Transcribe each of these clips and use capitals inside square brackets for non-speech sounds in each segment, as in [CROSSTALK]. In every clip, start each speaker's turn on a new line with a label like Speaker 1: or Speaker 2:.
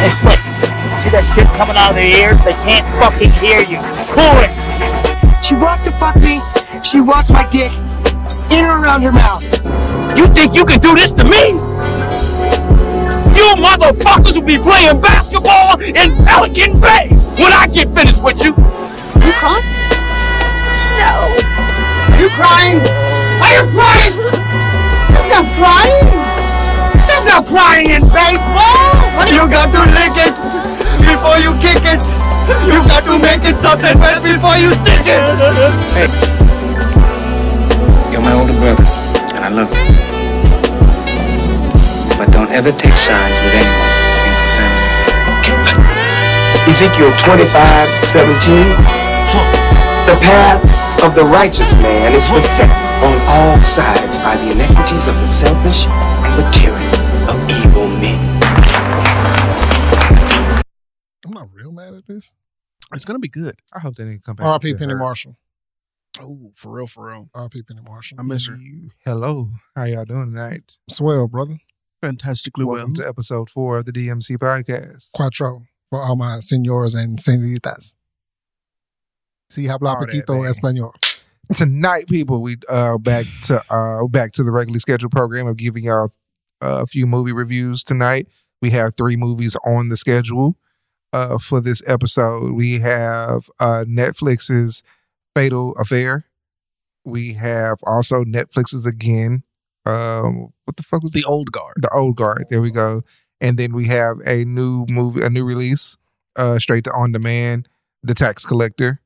Speaker 1: It's like, see that shit coming out of their ears? They can't fucking hear you. Cool it!
Speaker 2: She wants to fuck me. She wants my dick in or around her mouth.
Speaker 1: You think you can do this to me? You motherfuckers will be playing basketball in Pelican Bay when I get finished with you.
Speaker 2: You crying? No. You crying? Are you crying? There's no crying. There's no crying in baseball. You got to lick it before you kick it. You got to make it something wet before you stick it.
Speaker 3: You're my older brother, and I love you. But don't ever take sides with anyone against the family.
Speaker 4: Ezekiel 25, 17. The path of the righteous man is beset on all sides by the inequities of the selfish and the tyranny of evil men.
Speaker 5: I'm not real mad at this.
Speaker 6: It's gonna be good.
Speaker 5: I hope they didn't come back.
Speaker 6: R.I.P.
Speaker 5: to
Speaker 6: Penny
Speaker 5: her.
Speaker 6: Marshall. Oh, for real, for real.
Speaker 5: R.I.P. Penny Marshall.
Speaker 6: I miss her.
Speaker 5: You- Hello, how y'all doing tonight?
Speaker 6: Swell,
Speaker 5: brother.
Speaker 6: Fantastically well.
Speaker 5: Welcome to episode four of the DMC podcast.
Speaker 6: Quattro for all my senores and senoritas. See how
Speaker 5: All that, man.
Speaker 6: español.
Speaker 5: Tonight, people, we uh back to uh back to the regularly scheduled program of giving y'all uh, a few movie reviews tonight. We have three movies on the schedule uh for this episode. We have uh Netflix's Fatal Affair. We have also Netflix's again. Um, what the fuck was
Speaker 6: The old guard.
Speaker 5: the old guard. There we go. And then we have a new movie, a new release, uh, straight to on demand, The Tax Collector.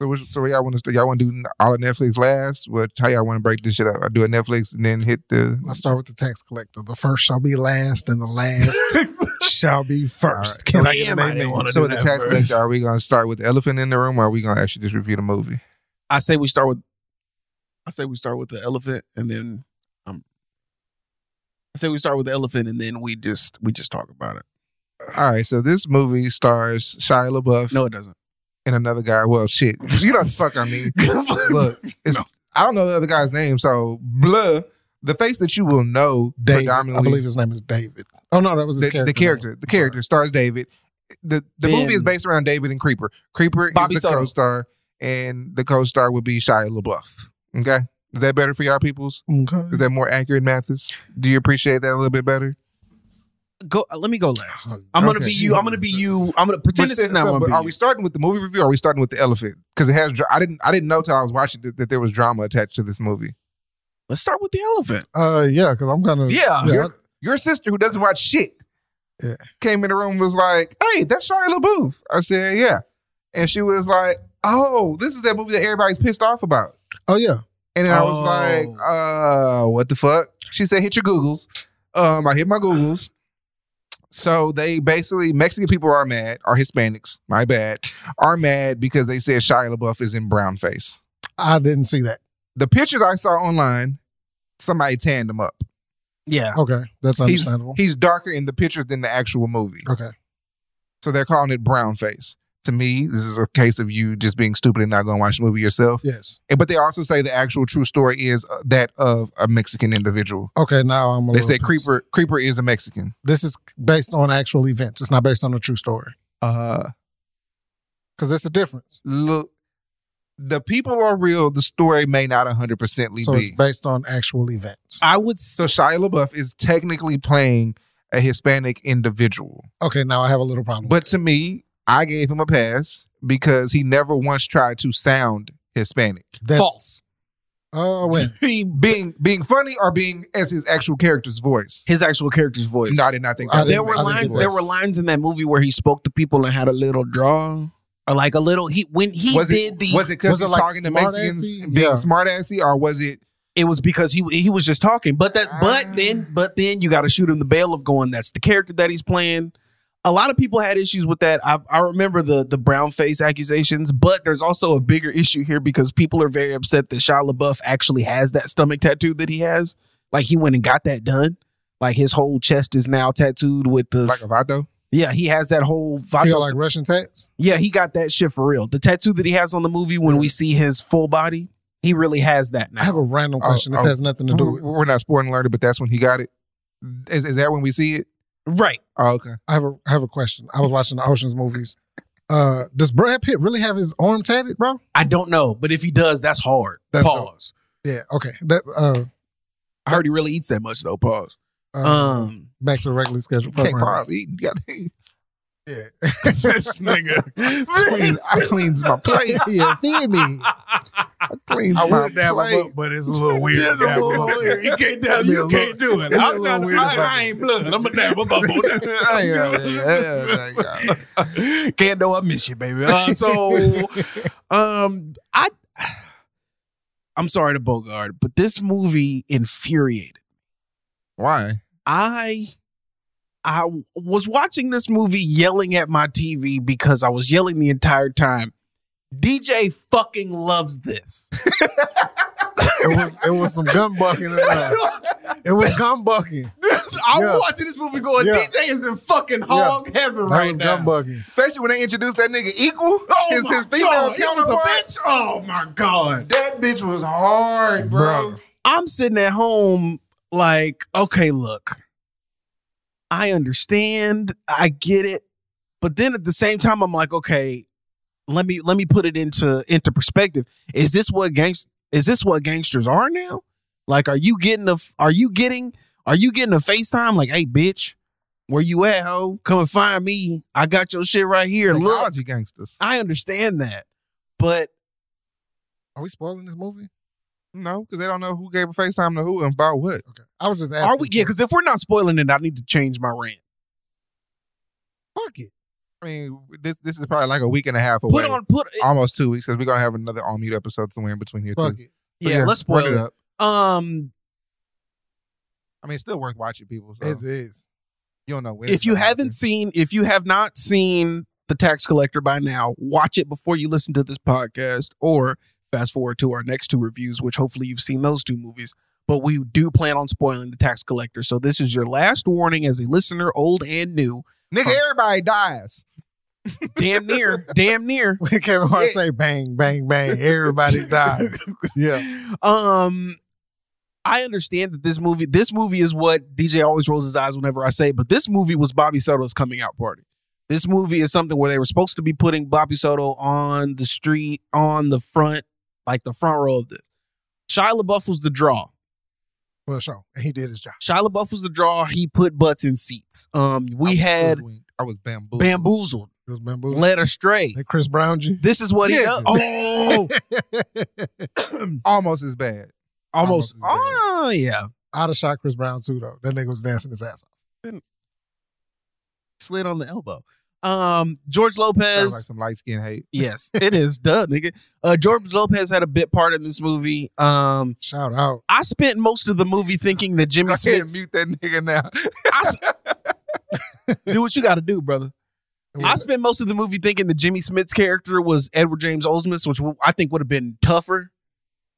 Speaker 5: So, which, so y'all want to y'all want to do all of Netflix last? What how y'all want to break this shit up? I do a Netflix and then hit the
Speaker 7: Let's start with the tax collector. The first shall be last, and
Speaker 6: [LAUGHS]
Speaker 7: the last shall be first.
Speaker 5: All
Speaker 7: Can I get an amen?
Speaker 5: so with the tax collector. Are we gonna start with the elephant in the room, or are we gonna actually just review the movie?
Speaker 6: I say we start with. I say we start with the elephant, and then um. I say we start with the elephant, and then we just we just talk about it.
Speaker 5: All right, so this movie stars Shia LaBeouf
Speaker 6: No, it doesn't.
Speaker 5: and another guy. Well, shit, you know what the fuck I mean.
Speaker 6: [LAUGHS]
Speaker 5: Look,
Speaker 7: [LAUGHS]
Speaker 5: it's, I don't know the other guy's name, so blah. The face that you will know
Speaker 7: David. I
Speaker 5: predominantly
Speaker 7: believe his name is David. Oh no, that was his
Speaker 5: the,
Speaker 7: character.
Speaker 5: the character. The character stars David. The the movie is
Speaker 6: Ben.
Speaker 5: based around David and Creeper. Creeper
Speaker 6: Bobby
Speaker 5: is the
Speaker 6: Soto.
Speaker 5: co-star, and the co-star would be Shia LaBeouf. Okay, is that better for y'all peoples? Is
Speaker 7: Okay.
Speaker 5: that more accurate, Mathis? Do you appreciate that a little bit better?
Speaker 6: Go. uh, Let me go last.
Speaker 7: Oh,
Speaker 6: I'm gonna
Speaker 5: Okay.
Speaker 6: be you. I'm gonna be you. I'm gonna pretend this
Speaker 5: But
Speaker 6: is not.
Speaker 5: so-
Speaker 6: gonna
Speaker 5: but
Speaker 6: be
Speaker 5: are
Speaker 6: you.
Speaker 5: we starting with the movie review? or Are we starting with the elephant? Because it has. dra- I didn't. I didn't know till I was watching that, that there was drama attached to this movie.
Speaker 6: Let's start with the elephant.
Speaker 7: Uh, yeah, because I'm gonna.
Speaker 6: Yeah.
Speaker 7: yeah.
Speaker 5: Uh, Your, your sister, who doesn't watch shit,
Speaker 7: Yeah.
Speaker 5: came in the room and was like, "Hey, that's Shia LaBeouf." I said, "Yeah," and she was like, "Oh, this is that movie that everybody's pissed off about."
Speaker 7: Oh yeah.
Speaker 5: And then I was
Speaker 6: Oh.
Speaker 5: like, "Uh, what the fuck?" She said, "Hit your Googles." Um, I hit my Googles. So they basically Mexican people are mad, are Hispanics, my bad, are mad because they said Shia LaBeouf is in brown face.
Speaker 7: I didn't see that.
Speaker 5: The pictures I saw online, somebody tanned him up.
Speaker 6: Yeah.
Speaker 7: Okay, that's
Speaker 5: He's,
Speaker 7: understandable.
Speaker 5: he's darker in the pictures than the actual movie.
Speaker 7: okay.
Speaker 5: So they're calling it brown face. To me, this is a case of you just being stupid and not going to watch the movie yourself.
Speaker 7: Yes.
Speaker 5: And- But they also say the actual true story is uh, that of a Mexican individual.
Speaker 7: Okay. Now I'm. A
Speaker 5: They
Speaker 7: little
Speaker 5: said
Speaker 7: pissed.
Speaker 5: Creeper Creeper is a Mexican.
Speaker 7: This is based on actual events. It's not based on a true story.
Speaker 5: Uh,
Speaker 7: Because that's a difference.
Speaker 5: look, the people are real. The story may not 100%ly
Speaker 7: So it's
Speaker 5: be.
Speaker 7: based on actual events.
Speaker 6: I would. s-
Speaker 5: So Shia LaBeouf is technically playing a Hispanic individual.
Speaker 7: Okay. Now I have a little problem.
Speaker 5: But to me, I gave him a pass because he never once tried to sound Hispanic.
Speaker 7: that's
Speaker 6: False. [LAUGHS]
Speaker 7: Uh, when
Speaker 5: he being being funny or being as his actual character's voice.
Speaker 6: His actual character's voice.
Speaker 5: No, I did not think
Speaker 7: I
Speaker 5: that.
Speaker 6: there
Speaker 7: didn't-
Speaker 6: were
Speaker 7: I didn't
Speaker 6: lines.
Speaker 7: get
Speaker 6: There
Speaker 7: that.
Speaker 6: were lines in that movie where he spoke to people and had a little draw, or like a little. He when he
Speaker 5: was
Speaker 6: did
Speaker 5: it
Speaker 6: the.
Speaker 5: was it because
Speaker 7: Was it
Speaker 5: he's
Speaker 7: like
Speaker 5: talking to Mexicans
Speaker 7: smart-assy?
Speaker 5: and being
Speaker 7: Yeah.
Speaker 5: smart assy or was it
Speaker 6: it was because he he was just talking. But that
Speaker 5: Ah.
Speaker 6: but then but then you got to shoot him the bail of going. That's the character that he's playing. A lot of people had issues with that. I, I remember the the brown face accusations, but there's also a bigger issue here because people are very upset that Shia LaBeouf actually has that stomach tattoo that he has. Like he went and got that done. Like his whole chest is now tattooed with the
Speaker 5: like a Vato?
Speaker 6: yeah. He has that whole
Speaker 7: I
Speaker 6: vodka
Speaker 7: got like Russian tats.
Speaker 6: yeah, he got that shit for real. The tattoo that he has on the movie when we see his full body, he really has that now.
Speaker 7: I have a random
Speaker 6: Uh,
Speaker 5: Oh,
Speaker 7: question. This
Speaker 5: oh.
Speaker 7: has nothing to do
Speaker 5: We're
Speaker 7: with.
Speaker 5: we're not sporting alerted, but that's when he got it. Is, is that when we see it?
Speaker 6: Right.
Speaker 5: Oh, okay.
Speaker 7: I have a I have a question.
Speaker 6: Mm-hmm.
Speaker 7: I was watching the Ocean's movies. Uh, does Brad Pitt really have his arm tatted, bro?
Speaker 6: I don't know, but if he does, that's hard.
Speaker 7: That's
Speaker 6: Pause.
Speaker 7: Yeah. Okay. That uh,
Speaker 6: I heard he really eats that much though. Pause.
Speaker 7: uh
Speaker 5: Uh-huh. [LAUGHS]
Speaker 6: Um,
Speaker 7: back to the regularly scheduled
Speaker 5: Can't
Speaker 7: program.
Speaker 5: pause eating. Gotta-
Speaker 7: Yeah.
Speaker 6: this nigga.
Speaker 5: clean, I cleans my plate.
Speaker 7: yeah. Feed me.
Speaker 6: [LAUGHS]
Speaker 5: Cleans
Speaker 6: I
Speaker 5: my
Speaker 6: would dab
Speaker 5: plate.
Speaker 6: him up, but it's a little weird.
Speaker 5: It's a little weird.
Speaker 6: You can't dab.
Speaker 5: It's a
Speaker 6: You
Speaker 5: little-
Speaker 6: can't do it.
Speaker 5: it's a
Speaker 6: I'm
Speaker 5: little
Speaker 6: not.
Speaker 5: weird if I-
Speaker 6: I, I ain't blood. I'm a dab. I'm
Speaker 5: Yeah, yeah, [LAUGHS] yeah, yeah, yeah.
Speaker 6: [LAUGHS] Kando, I miss you, baby. Uh, so,
Speaker 5: [LAUGHS]
Speaker 6: um, I, I'm sorry to Bogart, but this movie infuriated.
Speaker 5: Why?
Speaker 6: I, I was watching this movie, yelling at my TV because I was yelling the entire time. DJ fucking loves
Speaker 7: [LAUGHS]
Speaker 6: this. [LAUGHS]
Speaker 7: It was it was some gun bucking. in there.
Speaker 6: [LAUGHS]
Speaker 7: It was gun bucking.
Speaker 6: This- I'm
Speaker 7: Yeah.
Speaker 6: watching this movie going,
Speaker 7: Yeah.
Speaker 6: DJ is in fucking hog heaven
Speaker 7: That
Speaker 6: right
Speaker 7: was
Speaker 6: now.
Speaker 7: gun bucking.
Speaker 5: Especially when they introduced that nigga equal.
Speaker 6: Oh
Speaker 5: [LAUGHS] his,
Speaker 6: my
Speaker 5: his female
Speaker 6: God, he was
Speaker 5: counterpart.
Speaker 6: a bitch. Oh my god.
Speaker 5: That bitch was hard, bro.
Speaker 6: I'm sitting at home like, okay, look, I understand, I get it, but then at the same time, I'm like, okay, let me let me put it into into perspective. Is this what gangs? Is this what gangsters are now? Like, are you getting a f- are you getting are you getting a FaceTime? Like, hey, bitch, where you at, ho? Come and find me. I got your shit right here. Look,
Speaker 5: Technology gangsters.
Speaker 6: I understand that, but
Speaker 7: Are we spoiling this movie?
Speaker 5: No, because they don't know who gave a FaceTime to who and about what.
Speaker 7: Okay. I was just asking.
Speaker 6: are we? Yeah,
Speaker 7: for-
Speaker 6: because if we're not spoiling it, I need to change my rant.
Speaker 7: fuck it.
Speaker 5: I mean, this this is probably like a week and a half away.
Speaker 6: Put on put.
Speaker 5: Almost two weeks because we're gonna have another on mute episode somewhere in between here too.
Speaker 7: Fuck it.
Speaker 5: But
Speaker 6: yeah, let's spoil
Speaker 5: run
Speaker 6: it.
Speaker 5: up.
Speaker 6: Um,
Speaker 5: I mean, it's still worth watching, people. So
Speaker 6: Oh.
Speaker 7: It is.
Speaker 5: you don't know when
Speaker 6: if
Speaker 5: it's
Speaker 6: you
Speaker 5: gonna happen.
Speaker 6: haven't seen, if you have not seen the Tax Collector by now, watch it before you listen to this podcast, or fast forward to our next two reviews, which hopefully you've seen those two movies. But we do plan on spoiling the Tax Collector, so this is your last warning as a listener, old and new.
Speaker 5: nigga, everybody dies.
Speaker 6: Damn near, [LAUGHS] damn near.
Speaker 7: When [LAUGHS] Kevin Hart say bang, bang, bang, everybody
Speaker 6: [LAUGHS]
Speaker 7: died. Yeah.
Speaker 6: Um, I understand that this movie, this movie is what DJ always rolls his eyes whenever I say, but this movie was Bobby Soto's coming out party. This movie is something where they were supposed to be putting Bobby Soto on the street, on the front, like the front row of this. Shia LaBeouf was the draw.
Speaker 7: Well, sure. And he did his job.
Speaker 6: Shia LaBeouf was the draw. He put butts in seats. Um,
Speaker 5: I
Speaker 6: we
Speaker 5: was
Speaker 6: had
Speaker 5: hoodwinked. I was bamboo.
Speaker 6: bamboozled,
Speaker 7: It was bamboo.
Speaker 6: led astray.
Speaker 7: Like Chris Brown you.
Speaker 6: This is what he
Speaker 5: Yeah.
Speaker 6: does. Oh,
Speaker 5: Almost as bad.
Speaker 6: [LAUGHS]
Speaker 5: Almost
Speaker 6: almost.
Speaker 5: as bad.
Speaker 6: Oh, yeah.
Speaker 7: I'd have shot Chris Brown too, though. That nigga was dancing his ass off.
Speaker 6: Slid on the elbow. Um, George
Speaker 5: Sounds like
Speaker 6: Lopez.
Speaker 5: some light skin hate.
Speaker 6: Yes, it is. Duh, nigga. Uh, George Lopez had a bit part in this movie. Um,
Speaker 7: Shout out.
Speaker 6: I spent most of the movie thinking that Jimmy
Speaker 5: Go ahead and
Speaker 6: Smith.
Speaker 5: mute that nigga now.
Speaker 6: I s- do what you got to do, brother. I spent most of the movie thinking that Jimmy Smith's character was Edward James Olmsmith, which w- I think would have been tougher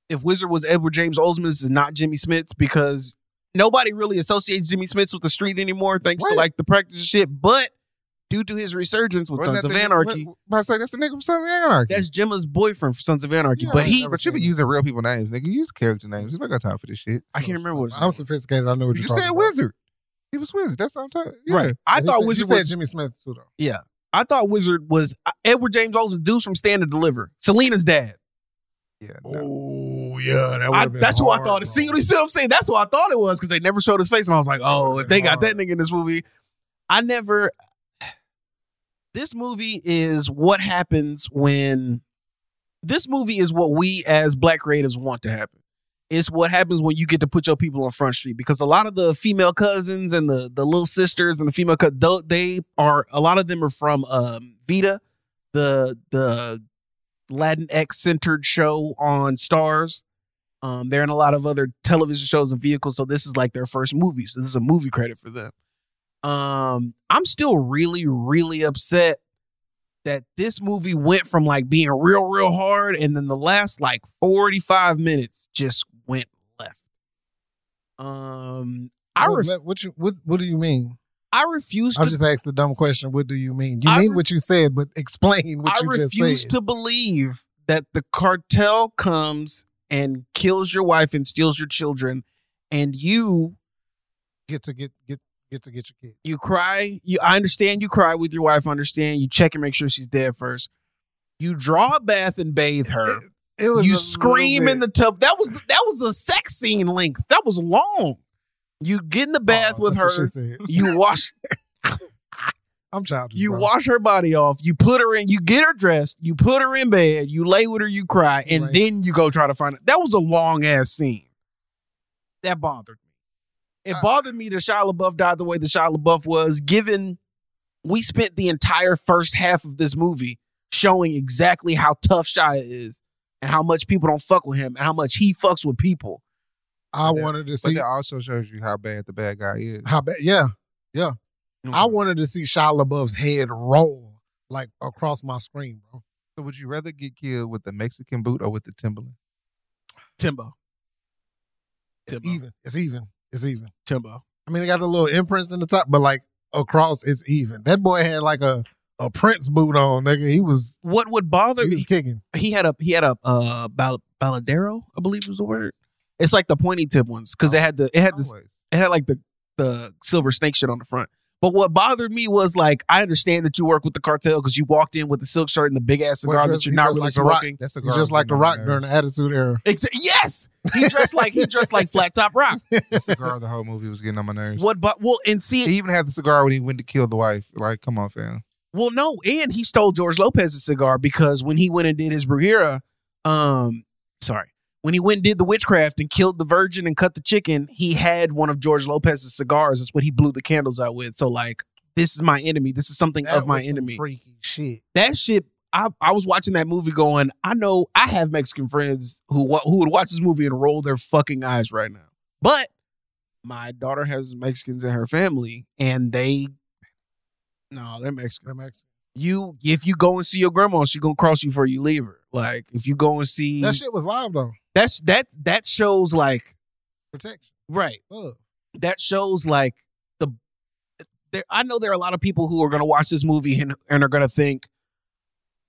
Speaker 6: if Wizard was Edward James Olmsmith and not Jimmy Smith's because nobody really associates Jimmy Smith's with the street anymore, thanks to
Speaker 5: Right.
Speaker 6: like the practice shit. But due to his resurgence with
Speaker 5: Wasn't
Speaker 6: Sons
Speaker 5: that
Speaker 6: of
Speaker 5: the-
Speaker 6: Anarchy,
Speaker 5: What, what, I say that's the nigga from Sons of Anarchy.
Speaker 6: that's Gemma's boyfriend for Sons of Anarchy.
Speaker 5: Yeah,
Speaker 6: but he,
Speaker 5: but you be using real people names, nigga. Use character names. There's no got time for this shit.
Speaker 6: I can't remember what his
Speaker 7: I'm sophisticated. I know what
Speaker 5: You
Speaker 7: you're
Speaker 5: said
Speaker 7: talking about.
Speaker 5: wizard. He was wizard. That's what I'm talking. Yeah.
Speaker 6: Right. I
Speaker 7: He
Speaker 6: thought
Speaker 7: said- you
Speaker 6: Wizard
Speaker 7: said
Speaker 6: was.
Speaker 7: Jimmy Smith too, though.
Speaker 6: I thought Wizard was uh, Edward James Olsen, dudes from Stand and Deliver, Selena's dad.
Speaker 5: Yeah. no.
Speaker 7: Oh yeah, that
Speaker 6: I, that's who I thought. it- See, you see what I'm saying? That's who I thought it was because they never showed his face, and I was like, oh, if they got that nigga in this movie, I never. This movie is what happens when. This movie is what we as black creatives want to happen. It's what happens when you get to put your people on front street because a lot of the female cousins and the the little sisters and the female cou- tho- they are a lot of them are from um, Vita, the the Latinx centered show on Stars. Um, they're in a lot of other television shows and vehicles, so this is like their first movie. So this is a movie credit for them. Um, I'm still really, really upset that this movie went from like being real, real hard, and then the last like 45 minutes just went left. Um, I
Speaker 7: What,
Speaker 6: ref-
Speaker 7: what you what What do you mean?
Speaker 6: I refuse
Speaker 7: I
Speaker 6: to
Speaker 7: just asked the dumb question. What do you mean? You
Speaker 6: I
Speaker 7: mean
Speaker 6: ref-
Speaker 7: what you said, but explain what
Speaker 6: I
Speaker 7: you just
Speaker 6: refuse
Speaker 7: said.
Speaker 6: to believe that the cartel comes and kills your wife and steals your children, and you
Speaker 7: get to get get get to get your kid.
Speaker 6: You cry. You I understand you cry with your wife. I understand you check and make sure she's dead first. You draw a bath and bathe her.
Speaker 7: It
Speaker 6: You scream in the tub. That was that was a sex scene length. That was long. You get in
Speaker 7: Oh,
Speaker 6: the bath with her. You wash
Speaker 7: I'm childish.
Speaker 6: you
Speaker 7: bro.
Speaker 6: wash her body off. You put her in. You get her dressed. You put her in bed. You lay with her. You cry, and
Speaker 7: Right.
Speaker 6: then you go try to find. It. That was a long ass scene. That bothered me. It
Speaker 7: Uh,
Speaker 6: bothered me that Shia LaBeouf died the way that Shia LaBeouf was. Given we spent the entire first half of this movie showing exactly how tough Shia is and how much people don't fuck with him and how much he fucks with people.
Speaker 7: I wanted to
Speaker 5: But
Speaker 7: see
Speaker 5: that also shows you how bad the bad guy is.
Speaker 7: how bad. Yeah, yeah. I
Speaker 6: Mm-hmm.
Speaker 7: wanted to see Shia LaBeouf's head roll like across my screen, bro.
Speaker 5: So would you rather get killed with the Mexican boot or with the Timberland?
Speaker 6: Timbo.
Speaker 7: It's
Speaker 6: Timbo.
Speaker 7: even. It's even. It's even.
Speaker 6: Timbo.
Speaker 7: I mean, they got the little imprints in the top, but like across, it's even. That boy had like a a Prince boot on, nigga. He was
Speaker 6: What would bother
Speaker 7: he
Speaker 6: me?
Speaker 7: was kicking.
Speaker 6: he had a he had a uh bal- baladero, I believe was the word. It's like the pointy tip ones because it had the it had this
Speaker 5: Always.
Speaker 6: it had like the the silver snake shit on the front. But what bothered me was like I understand that you work with the cartel because you walked in with the silk shirt and the big ass cigar
Speaker 7: Well,
Speaker 6: that
Speaker 7: just-
Speaker 6: you're
Speaker 7: he
Speaker 6: not
Speaker 7: just
Speaker 6: really
Speaker 7: like The Rock.
Speaker 6: smoking.
Speaker 5: That's a
Speaker 7: He's just like the Rock during the Attitude Era.
Speaker 6: Exa- yes, he dressed like he dressed
Speaker 7: [LAUGHS]
Speaker 6: like flat top rock.
Speaker 5: the
Speaker 6: [LAUGHS]
Speaker 5: cigar. The whole movie was getting on my nerves.
Speaker 6: What but well and see
Speaker 5: He even had the cigar when he went to kill the wife. Like, come on, fam.
Speaker 6: well no and he stole George Lopez's cigar because when he went and did his Brujera, um sorry when he went and did the witchcraft and killed the virgin and cut the chicken, he had one of George Lopez's cigars. That's what he blew the candles out with. So like, this is my enemy. This is something
Speaker 7: That
Speaker 6: of my
Speaker 7: was some
Speaker 6: enemy.
Speaker 7: Freaky shit.
Speaker 6: That shit. I, I was watching that movie going, I know I have Mexican friends who wa- who would watch this movie and roll their fucking eyes right now. But my daughter has Mexicans in her family and they no, they're Mexican
Speaker 7: That makes-
Speaker 6: you if you go and see your grandma, she gonna cross you before you leave her. Like if you go and see
Speaker 7: That shit was live though.
Speaker 6: that's that that shows like
Speaker 7: Protection.
Speaker 6: right
Speaker 7: Love.
Speaker 6: that shows like the there I know there are a lot of people who are gonna watch this movie and, and are gonna think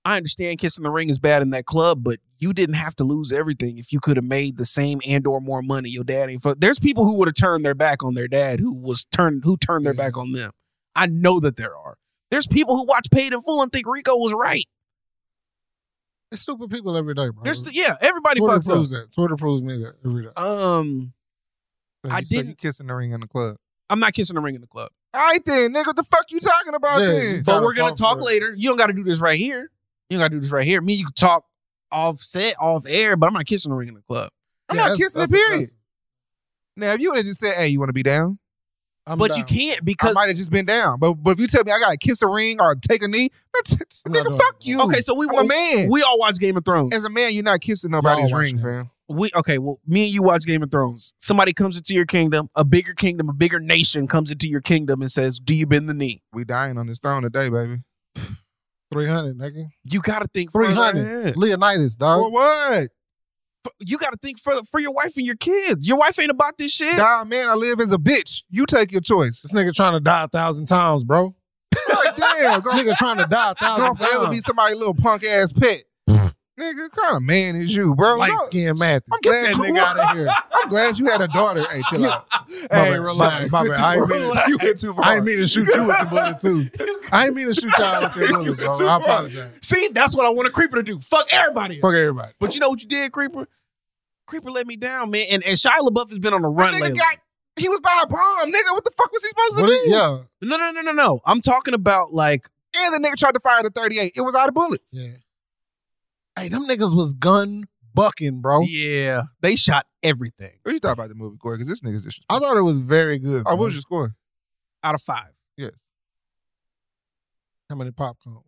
Speaker 6: I understand kissing the ring is bad in that club, but you didn't have to lose everything if you could have made the same and or more money. Your dad ain't. Fuck. There's people who would have turned their back on their dad who was turned who turned their
Speaker 7: Yeah.
Speaker 6: back on them. I know that there are. There's people who watch Paid in Full and think Rico was right.
Speaker 7: It's stupid people every day, bro.
Speaker 6: There's yeah, everybody
Speaker 5: E
Speaker 7: Twitter
Speaker 6: fucks
Speaker 7: proves that. Twitter proves me that every day.
Speaker 6: up. Um,
Speaker 5: So
Speaker 6: I
Speaker 5: you- so you
Speaker 6: didn't-
Speaker 5: kissing the ring in the club.
Speaker 6: I'm not kissing the ring in the club,
Speaker 5: All right then, nigga. What the fuck you talking about
Speaker 7: Yeah,
Speaker 5: then?
Speaker 7: you
Speaker 6: but
Speaker 7: gotta
Speaker 6: we're gonna
Speaker 7: fuck
Speaker 6: talk
Speaker 7: with it.
Speaker 6: later. You don't got to do this right here. You don't got to do this right here. Me, and you can talk off set, off air, but I'm not kissing the ring in the club.
Speaker 5: I'm
Speaker 7: Yeah,
Speaker 5: not
Speaker 7: that's-
Speaker 5: kissing it.
Speaker 7: that's-
Speaker 5: Period.
Speaker 7: that's-
Speaker 5: Now, if you would have just said, "Hey, you want to be down?"
Speaker 7: I'm
Speaker 6: but you
Speaker 7: down.
Speaker 6: can't
Speaker 5: I
Speaker 6: because
Speaker 5: might have just been down. But but if you tell me I gotta kiss a ring or take a knee, that's-
Speaker 7: I'm not
Speaker 5: nigga,
Speaker 7: doing
Speaker 5: fuck
Speaker 7: it.
Speaker 5: you.
Speaker 6: okay, so we
Speaker 5: I'm a
Speaker 6: wa-
Speaker 5: man.
Speaker 6: we all watch Game of Thrones.
Speaker 5: As a man, you're not kissing nobody's
Speaker 7: Y'all watch
Speaker 5: ring,
Speaker 7: that.
Speaker 5: fam.
Speaker 6: we okay, well, me and you watch Game of Thrones. Somebody comes into your kingdom, a bigger kingdom, a bigger nation comes into your kingdom and says, "Do you bend the knee?"
Speaker 5: We dying on this throne today, baby.
Speaker 7: 300, nigga.
Speaker 5: [LAUGHS]
Speaker 6: You got to think further
Speaker 7: 300.
Speaker 6: ahead.
Speaker 7: Leonidas,
Speaker 5: For
Speaker 7: dog.
Speaker 5: what?
Speaker 6: You got to think for for your wife and your kids. Your wife ain't about this shit.
Speaker 5: Die, man. I live as a bitch. You take your choice.
Speaker 7: This nigga trying to die a thousand times, bro.
Speaker 5: [LAUGHS] Like, damn,
Speaker 7: This
Speaker 5: gonna,
Speaker 7: nigga trying to die a
Speaker 5: gonna
Speaker 7: thousand
Speaker 5: forever be
Speaker 7: times.
Speaker 5: somebody little punk ass
Speaker 7: [LAUGHS]
Speaker 5: pet. nigga, what kind of man is you, bro?
Speaker 7: Light
Speaker 5: No,
Speaker 7: skinned Mathis.
Speaker 5: I'm glad, you,
Speaker 7: outta here.
Speaker 5: [LAUGHS] I'm glad you had a daughter. Hey, chill out.
Speaker 7: [LAUGHS] My
Speaker 5: hey,
Speaker 7: bad.
Speaker 5: relax.
Speaker 7: My bad. I ain't mean to-
Speaker 5: Relax. You went too far.
Speaker 7: I didn't mean to shoot you with the bullet too.
Speaker 6: [LAUGHS]
Speaker 7: I didn't mean to shoot y'all with the bullet, bro. I apologize.
Speaker 6: See, that's what I want a creeper to do. Fuck everybody.
Speaker 7: Fuck everybody.
Speaker 6: But you know what you did, creeper? Creeper let me down, man. And and Shia LaBeouf has been on a run
Speaker 5: nigga
Speaker 6: lately.
Speaker 5: got, he was by a palm, nigga. What the fuck was he supposed to
Speaker 7: What
Speaker 5: do?
Speaker 7: it- yeah,
Speaker 6: no, no, no, no, no. I'm talking about like
Speaker 5: And the nigga tried to fire the 38. It was out of bullets.
Speaker 7: yeah. Hey, them niggas was gun bucking, bro.
Speaker 6: yeah, they shot everything
Speaker 5: What you thought about the movie, Corey? Because this nigga's just.
Speaker 7: I thought it was very good.
Speaker 5: Oh,
Speaker 7: bro.
Speaker 5: what was your score?
Speaker 6: out of five.
Speaker 5: Yes.
Speaker 7: How many popcorn?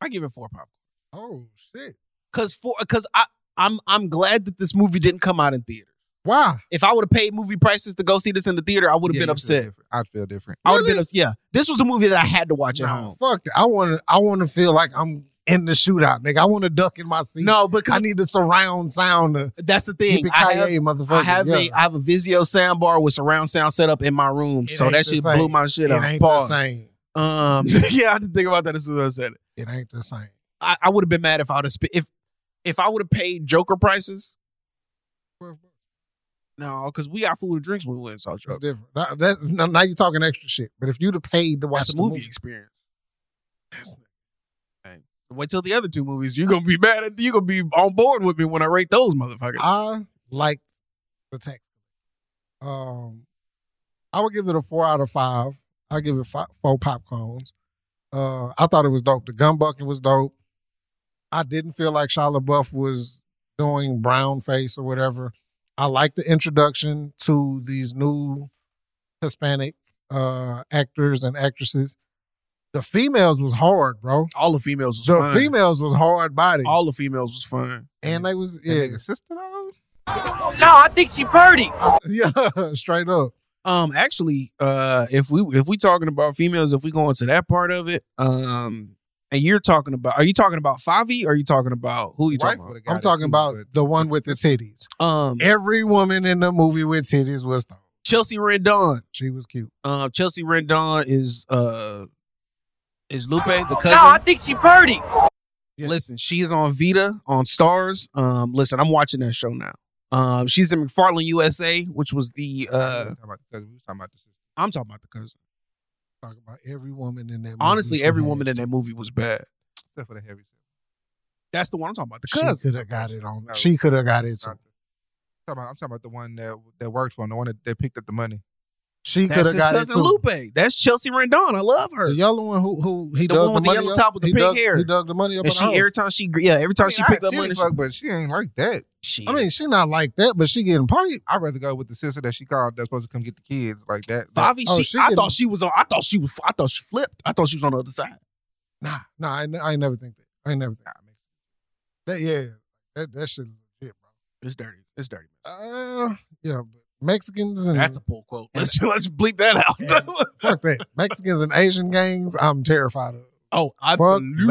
Speaker 6: I give it four pop.
Speaker 7: Oh shit!
Speaker 6: Cause four, cause I I'm I'm glad that this movie didn't come out in theater.
Speaker 7: Why?
Speaker 6: If I would have paid movie prices to go see this in the theater, I would have
Speaker 5: Yeah, you
Speaker 6: been
Speaker 5: feel
Speaker 6: upset.
Speaker 5: different. I'd feel different.
Speaker 6: I would have been upset. Yeah, this was a movie that I had to watch at
Speaker 7: Nah,
Speaker 6: home.
Speaker 7: fuck that. I want to. I want to feel like I'm in the shootout, nigga. I want to duck in my seat.
Speaker 6: No, because
Speaker 7: I need the surround sound. To
Speaker 6: that's the
Speaker 7: yippee
Speaker 6: thing. I have-
Speaker 7: ki motherfucker.
Speaker 6: I have
Speaker 7: yeah.
Speaker 6: a I have a Vizio soundbar with surround sound set up in my room,
Speaker 7: It
Speaker 6: so
Speaker 7: ain't
Speaker 6: that
Speaker 7: the
Speaker 6: shit
Speaker 7: same.
Speaker 6: blew my shit
Speaker 7: It
Speaker 6: up.
Speaker 7: ain't
Speaker 6: Pause.
Speaker 7: the same. [LAUGHS]
Speaker 6: Um, [LAUGHS] yeah, I didn't think about that as soon as I said it.
Speaker 7: It ain't the same.
Speaker 6: I, I would have been mad if I would have sp- if if I would have paid Joker prices. No, because we got food and drinks when we went and saw
Speaker 7: It's
Speaker 6: Joker.
Speaker 7: different. Now, that's, now now you're talking extra shit. But if you'd have paid to watch
Speaker 6: That's a
Speaker 7: the
Speaker 6: movie experience. Dang. Wait till the other two movies. You're gonna be mad at you're gonna be on board with me when I rate those motherfuckers.
Speaker 7: I liked the text. Um, I would give it a four out of five. I give it five, four popcorns. Uh, I thought it was dope. The gun bucket was dope. I didn't feel like Shia LaBeouf was doing brown face or whatever. I like the introduction to these new Hispanic uh, actors and actresses. The females was hard, bro.
Speaker 6: All the females was
Speaker 7: The
Speaker 6: fine.
Speaker 7: females was hard body,
Speaker 6: All the females was fine.
Speaker 7: and they was
Speaker 5: Yeah.
Speaker 7: yeah,
Speaker 5: Nigga, sister though?
Speaker 1: No, I think she purdy.
Speaker 7: [LAUGHS] yeah, [LAUGHS] straight up.
Speaker 6: Um, actually, uh, if we if we talking about females, if we go into that part of it, um, and you're talking about, are you talking about Favi? Or are you talking about who you
Speaker 5: Wife
Speaker 6: talking
Speaker 5: would've got
Speaker 7: I'm
Speaker 5: it,
Speaker 7: talking
Speaker 5: too,
Speaker 7: about
Speaker 5: but-
Speaker 7: the one with the titties.
Speaker 6: about? Um,
Speaker 7: Every woman in the movie with titties was thought
Speaker 6: Chelsea Rendon.
Speaker 7: she was cute.
Speaker 6: Um, Chelsea Rendon is uh is Lupe
Speaker 7: Oh,
Speaker 6: the cousin.
Speaker 1: No, I think she purdy.
Speaker 6: Listen, she is on Vita on Stars. Um, listen, I'm watching that show now. Um, she's in McFarland USA, which was the uh,
Speaker 5: Talking about the cousin. We was talking about the sister.
Speaker 6: I'm talking about the cousin.
Speaker 7: Talk about every woman in that. Movie
Speaker 6: Honestly,
Speaker 7: who
Speaker 6: every
Speaker 7: had
Speaker 6: woman in that
Speaker 7: titties.
Speaker 6: movie was bad.
Speaker 5: Except for the heavy sister.
Speaker 6: That's the one I'm talking about. The
Speaker 7: she
Speaker 6: cousin.
Speaker 7: could have got it on.
Speaker 5: No.
Speaker 7: She could have got it.
Speaker 5: Not
Speaker 7: Too.
Speaker 5: the- I'm talking about- I'm talking about the one that that worked for him, the one that, that picked up the money.
Speaker 7: She could
Speaker 6: That's
Speaker 7: have
Speaker 6: his
Speaker 7: got it
Speaker 6: cousin
Speaker 7: too.
Speaker 6: Lupe. That's Chelsea Rendon. I love her.
Speaker 7: The yellow one who who he
Speaker 6: The
Speaker 7: dug
Speaker 6: one with the
Speaker 7: money
Speaker 6: yellow
Speaker 7: up-
Speaker 6: top with the
Speaker 7: he
Speaker 6: pink
Speaker 7: dug-
Speaker 6: hair.
Speaker 7: He dug the money up.
Speaker 6: And
Speaker 7: in
Speaker 6: she
Speaker 7: her.
Speaker 6: every time she yeah every time she picked up money.
Speaker 5: fuck, but she ain't like that.
Speaker 6: She,
Speaker 7: I mean, she not like that, but she getting paid.
Speaker 5: I'd rather go with the sister that she called that's supposed to come get the kids like that. That-
Speaker 6: Bobby,
Speaker 7: oh,
Speaker 6: she,
Speaker 7: she
Speaker 6: I
Speaker 7: didn't-
Speaker 6: thought she was on. I thought she was. I thought she flipped. I thought she was on the other side.
Speaker 7: Nah, nah, I, n- I ain't never think that. I ain't never think that. that yeah, that that shit legit,
Speaker 6: It's dirty. It's dirty.
Speaker 7: bro. Uh, yeah, but Mexicans and
Speaker 6: That's a pull quote. Let's [LAUGHS] let's bleep that out.
Speaker 7: fuck that. Mexicans and Asian gangs, I'm terrified of.
Speaker 6: [LAUGHS] oh,
Speaker 7: Fuck
Speaker 6: absolutely.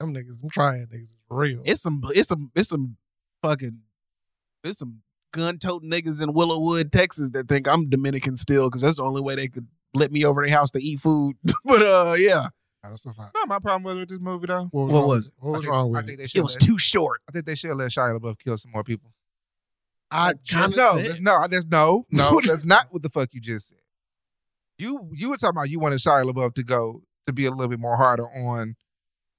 Speaker 7: that. Them niggas, them trying niggas, is real.
Speaker 6: It's some it's some it's some fucking it's some gun toting niggas in Willowwood, Texas that think I'm Dominican still because that's the only way they could let me over their house to eat food. [LAUGHS] but uh yeah,
Speaker 7: Gotta survive.
Speaker 5: Not my problem with it, this movie though.
Speaker 7: What
Speaker 6: What
Speaker 7: wrong
Speaker 6: was
Speaker 7: with- What
Speaker 5: I
Speaker 7: was
Speaker 5: think-
Speaker 7: wrong
Speaker 5: I
Speaker 7: with
Speaker 5: think
Speaker 7: it?
Speaker 5: they should.
Speaker 6: it was
Speaker 5: let,
Speaker 6: too short.
Speaker 5: I think they should let Shia LaBeouf kill some more people.
Speaker 7: I
Speaker 5: No,
Speaker 6: just said-
Speaker 5: that's, no, that's
Speaker 6: [LAUGHS]
Speaker 5: no, no. that's not what the fuck you just said. You you were talking about you wanted Shia LaBeouf to go to be a little bit more harder on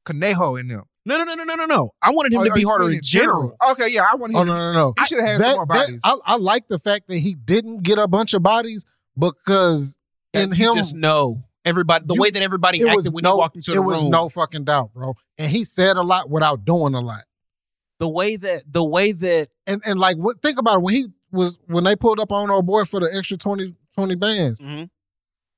Speaker 5: Conejo and them.
Speaker 6: No, no, no, no, no, no, no. I wanted him
Speaker 5: Or-
Speaker 6: to
Speaker 5: or
Speaker 6: be
Speaker 5: you
Speaker 6: harder
Speaker 5: mean
Speaker 6: in general.
Speaker 5: Okay, yeah, I want him.
Speaker 7: Oh no, no, no.
Speaker 5: He should have had some
Speaker 7: That-
Speaker 5: more
Speaker 7: that-
Speaker 5: bodies.
Speaker 7: I, I like the fact that he didn't get a bunch of bodies because in
Speaker 6: You
Speaker 7: him
Speaker 6: just know everybody the
Speaker 7: You-
Speaker 6: way that everybody
Speaker 7: it was
Speaker 6: acted when
Speaker 7: no,
Speaker 6: he walked into
Speaker 7: it
Speaker 6: the room.
Speaker 7: was no fucking doubt, bro. And he said a lot without doing a lot.
Speaker 6: the way that the way that
Speaker 7: And and like what, think about it, when he was when they pulled up on our boy for the extra 20, 20 bands.
Speaker 6: Mhm.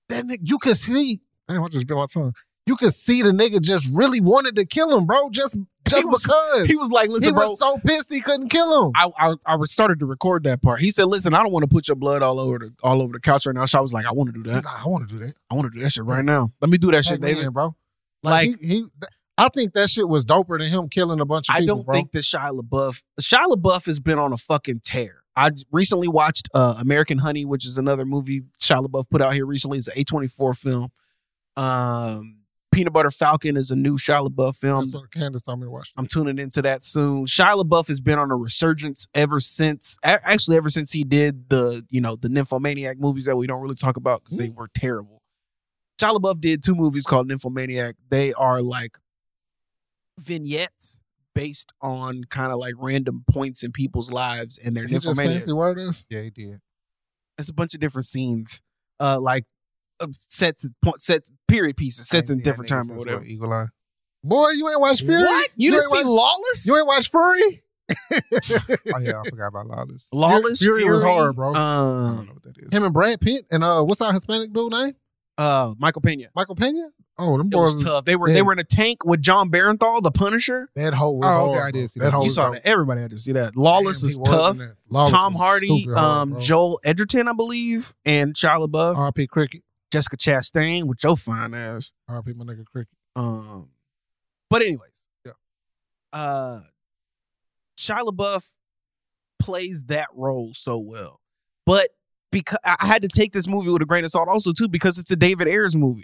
Speaker 7: That nigga, you could see. Damn, I just bit my tongue. You could see the nigga just really wanted to kill him, bro. Just just
Speaker 6: He was-
Speaker 7: because
Speaker 6: he was like, listen,
Speaker 7: he
Speaker 6: bro,
Speaker 7: was so pissed he couldn't kill him.
Speaker 6: I, I I started to record that part. He said, "Listen, I don't want to put your blood all over the all over the couch right now." So I was like, "I want to do that.
Speaker 7: He's like, I want to do that.
Speaker 6: I want to do that shit right now. Let me do that shit,
Speaker 7: Take me
Speaker 6: David."
Speaker 7: in, bro. Like,
Speaker 6: Like-
Speaker 7: he, he, th- I think that shit was doper than him killing a bunch of
Speaker 6: I
Speaker 7: people,
Speaker 6: don't
Speaker 7: bro.
Speaker 6: think that Shia LaBeouf. Shia LaBeouf has been on a fucking tear. I j- recently watched uh, American Honey, which is another movie Shia LaBeouf put out here recently. It's an A24 film. Um, Peanut Butter Falcon is a new Shia LaBeouf film.
Speaker 7: That's what Candace told me to watch.
Speaker 6: I'm tuning into that soon. Shia LaBeouf has been on a resurgence ever since, a- actually, ever since he did the, you know, the Nymphomaniac movies that we don't really talk about because they
Speaker 7: Mm-hmm.
Speaker 6: were terrible. Shia LaBeouf did two movies called Nymphomaniac. They are like vignettes based on kind of like random points in people's lives and their
Speaker 7: He just
Speaker 6: nymphomaniac.
Speaker 7: fancy word us.
Speaker 5: yeah, he did.
Speaker 6: It's a bunch of different scenes, uh, like uh, sets, point, sets, period pieces, sets in different time or whatever.
Speaker 5: Eagle
Speaker 6: [LAUGHS]
Speaker 5: Eye.
Speaker 7: Boy, you ain't watch Fury.
Speaker 6: What? You,
Speaker 7: You
Speaker 6: didn't
Speaker 7: ain't
Speaker 6: see
Speaker 7: watch-
Speaker 6: Lawless?
Speaker 7: You ain't watch Fury.
Speaker 5: Oh yeah, I forgot about Lawless.
Speaker 6: Lawless
Speaker 7: Fury, was hard, bro.
Speaker 5: I don't
Speaker 6: Um,
Speaker 5: know what that is. Oh,
Speaker 7: him and Brad Pitt and uh, what's our Hispanic dude name?
Speaker 6: uh, Michael Pena.
Speaker 7: Michael Pena. Oh, them
Speaker 6: It
Speaker 7: boys.
Speaker 6: was
Speaker 7: is-
Speaker 6: tough. They were
Speaker 7: yeah.
Speaker 6: they were in a tank with John Barenthal, the Punisher.
Speaker 7: That whole was
Speaker 5: Oh,
Speaker 7: hard.
Speaker 5: okay, I
Speaker 7: bro.
Speaker 5: did see
Speaker 7: that.
Speaker 5: that.
Speaker 7: Whole
Speaker 6: You
Speaker 7: was
Speaker 6: saw
Speaker 7: dope.
Speaker 6: that. Everybody had to see that. Lawless
Speaker 7: Damn,
Speaker 6: is
Speaker 7: he was in
Speaker 6: tough.
Speaker 7: that. Lawless
Speaker 6: Tom
Speaker 7: was
Speaker 6: Hardy,
Speaker 7: stupid hard,
Speaker 6: um,
Speaker 7: bro.
Speaker 6: Joel Edgerton, I believe, and Shia LaBeouf,
Speaker 7: R.P. Cricket.
Speaker 6: Jessica Chastain with your fine ass.
Speaker 7: R.P. My nigga Cricket.
Speaker 6: Um, but anyways,
Speaker 7: Yeah.
Speaker 6: uh, Shia LaBeouf plays that role so well, but because I I had to take this movie with a grain of salt, also too, because it's a David Ayers movie.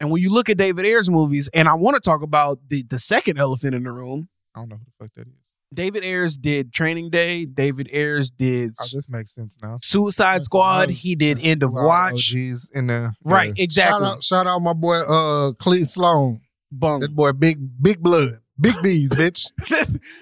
Speaker 6: And when you look at David Ayers movies, and I want to talk about the the second elephant in the room,
Speaker 5: I don't know who the fuck that is.
Speaker 6: David Ayers did Training Day. David Ayers did
Speaker 5: Oh, this makes sense now.
Speaker 6: Suicide
Speaker 7: That's
Speaker 6: Squad.
Speaker 7: a lot.
Speaker 6: He did End of
Speaker 5: A lot
Speaker 6: Watch.
Speaker 5: OGs in there.
Speaker 6: Right,
Speaker 7: Shout
Speaker 6: exactly.
Speaker 7: out, shout out my boy uh Cleve Sloan. That
Speaker 6: Boom.
Speaker 7: boy big big blood. Big bees, bitch.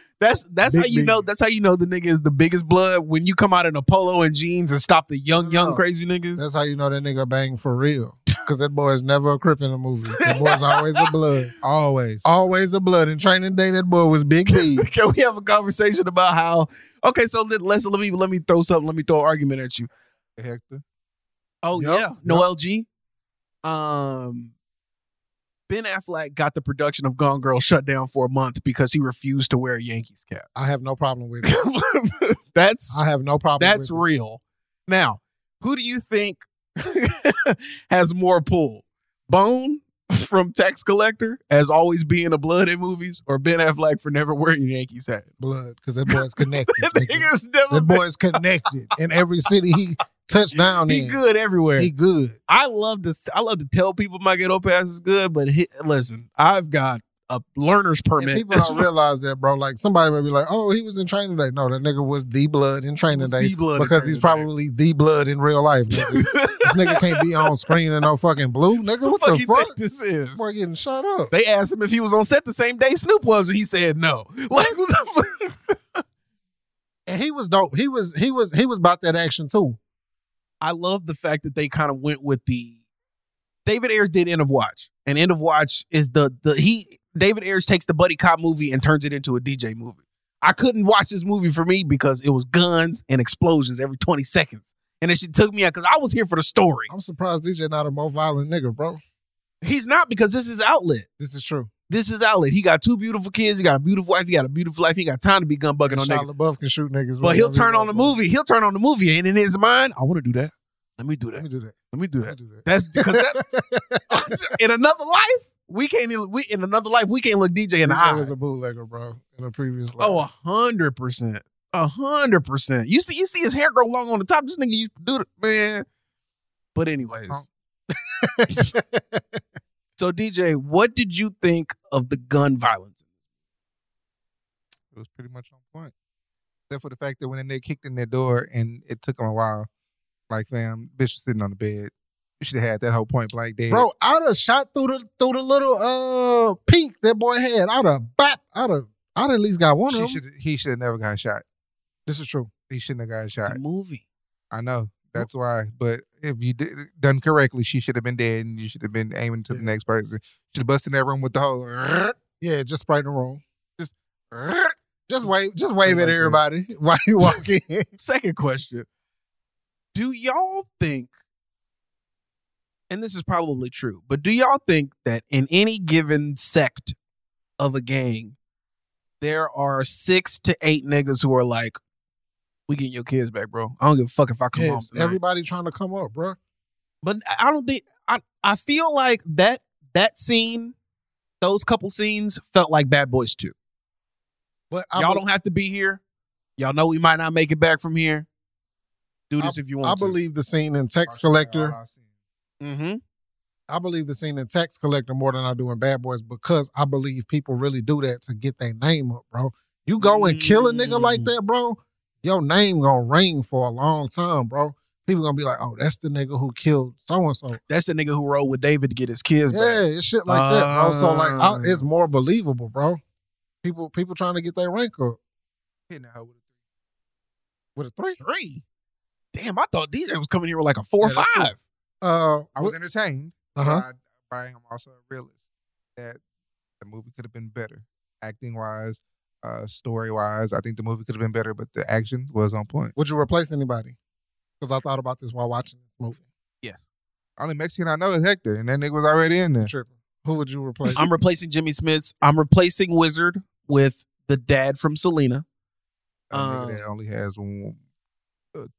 Speaker 6: [LAUGHS] that's that's
Speaker 7: Big
Speaker 6: how you
Speaker 7: nigga.
Speaker 6: know. That's how you know the nigga is the biggest blood when you come out in a polo and jeans and stop the young young
Speaker 7: No.
Speaker 6: crazy niggas.
Speaker 7: That's how you know that nigga bang for
Speaker 6: [LAUGHS]
Speaker 7: real. Cause that boy is never a crip in a movie. That boy's always a blood.
Speaker 5: Always.
Speaker 7: Always a blood. In training day, that boy was big B.
Speaker 6: [LAUGHS] Can we have a conversation about how? Okay, so let, let's let me let me throw something. Let me throw an argument at you.
Speaker 5: Hector.
Speaker 6: Oh
Speaker 7: Yup,
Speaker 6: yeah,
Speaker 7: yup.
Speaker 6: Noel G. Um, Ben Affleck got the production of Gone Girl shut down for a month because he refused to wear a Yankees cap. [LAUGHS]
Speaker 7: I have no problem with it.
Speaker 6: that's
Speaker 7: I have no problem
Speaker 6: that's
Speaker 7: with
Speaker 6: real. Now, who do you think [LAUGHS] has more pull? Bone [LAUGHS] from Tax Collector as always being a blood in movies, or Ben Affleck for never wearing a Yankees hat? [LAUGHS]
Speaker 7: it. blood. Cause that boy's connected.
Speaker 6: That
Speaker 7: nigga.
Speaker 6: nigga's never
Speaker 7: That
Speaker 6: been. [LAUGHS]
Speaker 7: boy's connected in every city he touched down
Speaker 6: He
Speaker 7: in.
Speaker 6: good everywhere.
Speaker 7: He good.
Speaker 6: I love to I love to tell people my ghetto pass is good, but he, listen, I've got a learner's
Speaker 7: And
Speaker 6: permit.
Speaker 7: people
Speaker 6: as
Speaker 7: don't realize that, bro. Like somebody might be like, "Oh, he was in training day." No, that nigga was the blood in
Speaker 6: far
Speaker 7: training
Speaker 6: as
Speaker 7: day
Speaker 6: the blood
Speaker 7: because he's
Speaker 6: attorney.
Speaker 7: probably the blood in real life. Nigga.
Speaker 6: [LAUGHS]
Speaker 7: this nigga can't be on screen in no fucking blue, nigga.
Speaker 6: What
Speaker 7: What the
Speaker 6: you
Speaker 7: fuck?
Speaker 6: think this is?
Speaker 7: Boy, getting shot up.
Speaker 6: They asked him if he was on set the same day Snoop was, and he said no. [LAUGHS] Like, what the fuck?
Speaker 7: And he was dope. He was he was he was about that action too.
Speaker 6: I love the fact that they kind of went with the David Ayers did End of Watch, and End of Watch is the the he David Ayers takes the buddy cop movie and turns it into a DJ movie. I couldn't watch this movie for me because it was guns and explosions every twenty seconds, and it shit took me out because I was here for the story.
Speaker 7: I'm surprised DJ not a more violent nigga, bro.
Speaker 6: He's not because this is outlet.
Speaker 7: This is true.
Speaker 6: This is outlet. He got two beautiful kids. He got a beautiful wife. He got a beautiful life. He got time to be gun bucking on
Speaker 7: Shia
Speaker 6: niggas.
Speaker 7: LaBeouf can shoot niggas,
Speaker 6: But he'll
Speaker 7: whenever he
Speaker 6: turn on the
Speaker 7: wants,
Speaker 6: movie. He'll turn on the movie, and in his mind, I want to do that. Let me do
Speaker 7: bro. Let
Speaker 6: that.
Speaker 7: me do that.
Speaker 6: Let me do
Speaker 7: Let
Speaker 6: that.
Speaker 7: me do that.
Speaker 6: That's because that,
Speaker 7: [LAUGHS]
Speaker 6: [LAUGHS] in another life we can't. even- We in another life we can't look DJ in the
Speaker 7: DJ
Speaker 6: eye.
Speaker 7: was a bootlegger, bro. In a previous life.
Speaker 6: Oh, a hundred percent, a hundred percent. You see, you see his hair grow long on the top. This nigga used to do it, man. But anyways, [LAUGHS] so DJ, what did you think of the gun violence?
Speaker 5: It was pretty much on point. Except for the fact that when they kicked in their door and it took them a while, like, fam, bitch was sitting on the bed. You should have had that whole point blank dead.
Speaker 7: Bro, I'd have shot through the through the little uh peak that boy had. I'd have bop. I'd have I'd at least got one
Speaker 5: she
Speaker 7: of them.
Speaker 5: should he should have never got shot.
Speaker 7: This is true.
Speaker 5: He shouldn't have got
Speaker 6: It's
Speaker 5: shot.
Speaker 6: a movie.
Speaker 5: I know. That's why. But if you did done correctly, she should have been dead and you should have been aiming to the next person. Should have busted in that room with the whole [LAUGHS]
Speaker 7: Yeah, just spray the room. [LAUGHS] Just just wave, just wave
Speaker 5: like
Speaker 7: at
Speaker 5: that. [LAUGHS]
Speaker 7: everybody while you walk in.
Speaker 6: [LAUGHS] Second question. Do y'all think, and this is probably true, but do y'all think that in any given sect of a gang, there are six to eight niggas who are like, we getting your kids back, bro. I don't give a fuck if I come home.
Speaker 7: Yes,
Speaker 6: tonight."
Speaker 7: everybody trying to come up, bro.
Speaker 6: but I don't think I, I feel like that that scene, those couple scenes felt like Bad Boys 2.
Speaker 7: But I,
Speaker 6: Y'all
Speaker 7: be-
Speaker 6: don't have to be here. Y'all know we might not make it back from here. Do this if you want
Speaker 7: I
Speaker 6: to.
Speaker 7: believe the scene in Tax Collector.
Speaker 6: Mm-hmm.
Speaker 7: I believe the scene in Tax Collector more than I do in Bad Boys because I believe people really do that to get their name up, bro. You go and kill a nigga like that, bro, your name gonna ring for a long time, bro. People gonna be like, oh, that's the nigga who killed so and so.
Speaker 6: That's the nigga who rode with David to get his kids back.
Speaker 7: Yeah, it's shit like that, bro. So like, I,
Speaker 6: Ah.
Speaker 7: it's more believable, bro. People, people trying to get their rank up
Speaker 5: Hitting her with
Speaker 7: with a three.
Speaker 6: Three. Damn, I thought DJ was coming here with like a four or
Speaker 7: Yeah, that's true.
Speaker 6: five.
Speaker 7: Uh,
Speaker 5: I was entertained.
Speaker 7: uh-huh.
Speaker 5: But I, but I am also a realist that the movie could have been better, acting wise, uh, story wise. I think the movie could have been better, but the action was on point.
Speaker 7: Would you replace anybody? Because I thought about this while watching this movie.
Speaker 5: Only Mexican I know is Hector, and that nigga was already in there.
Speaker 7: Tripping. Who would you replace?
Speaker 6: I'm replacing Jimmy Smiths. I'm replacing Wizard with the dad from Selena.
Speaker 7: Oh,
Speaker 5: A nigga that
Speaker 6: Um,
Speaker 5: only has one.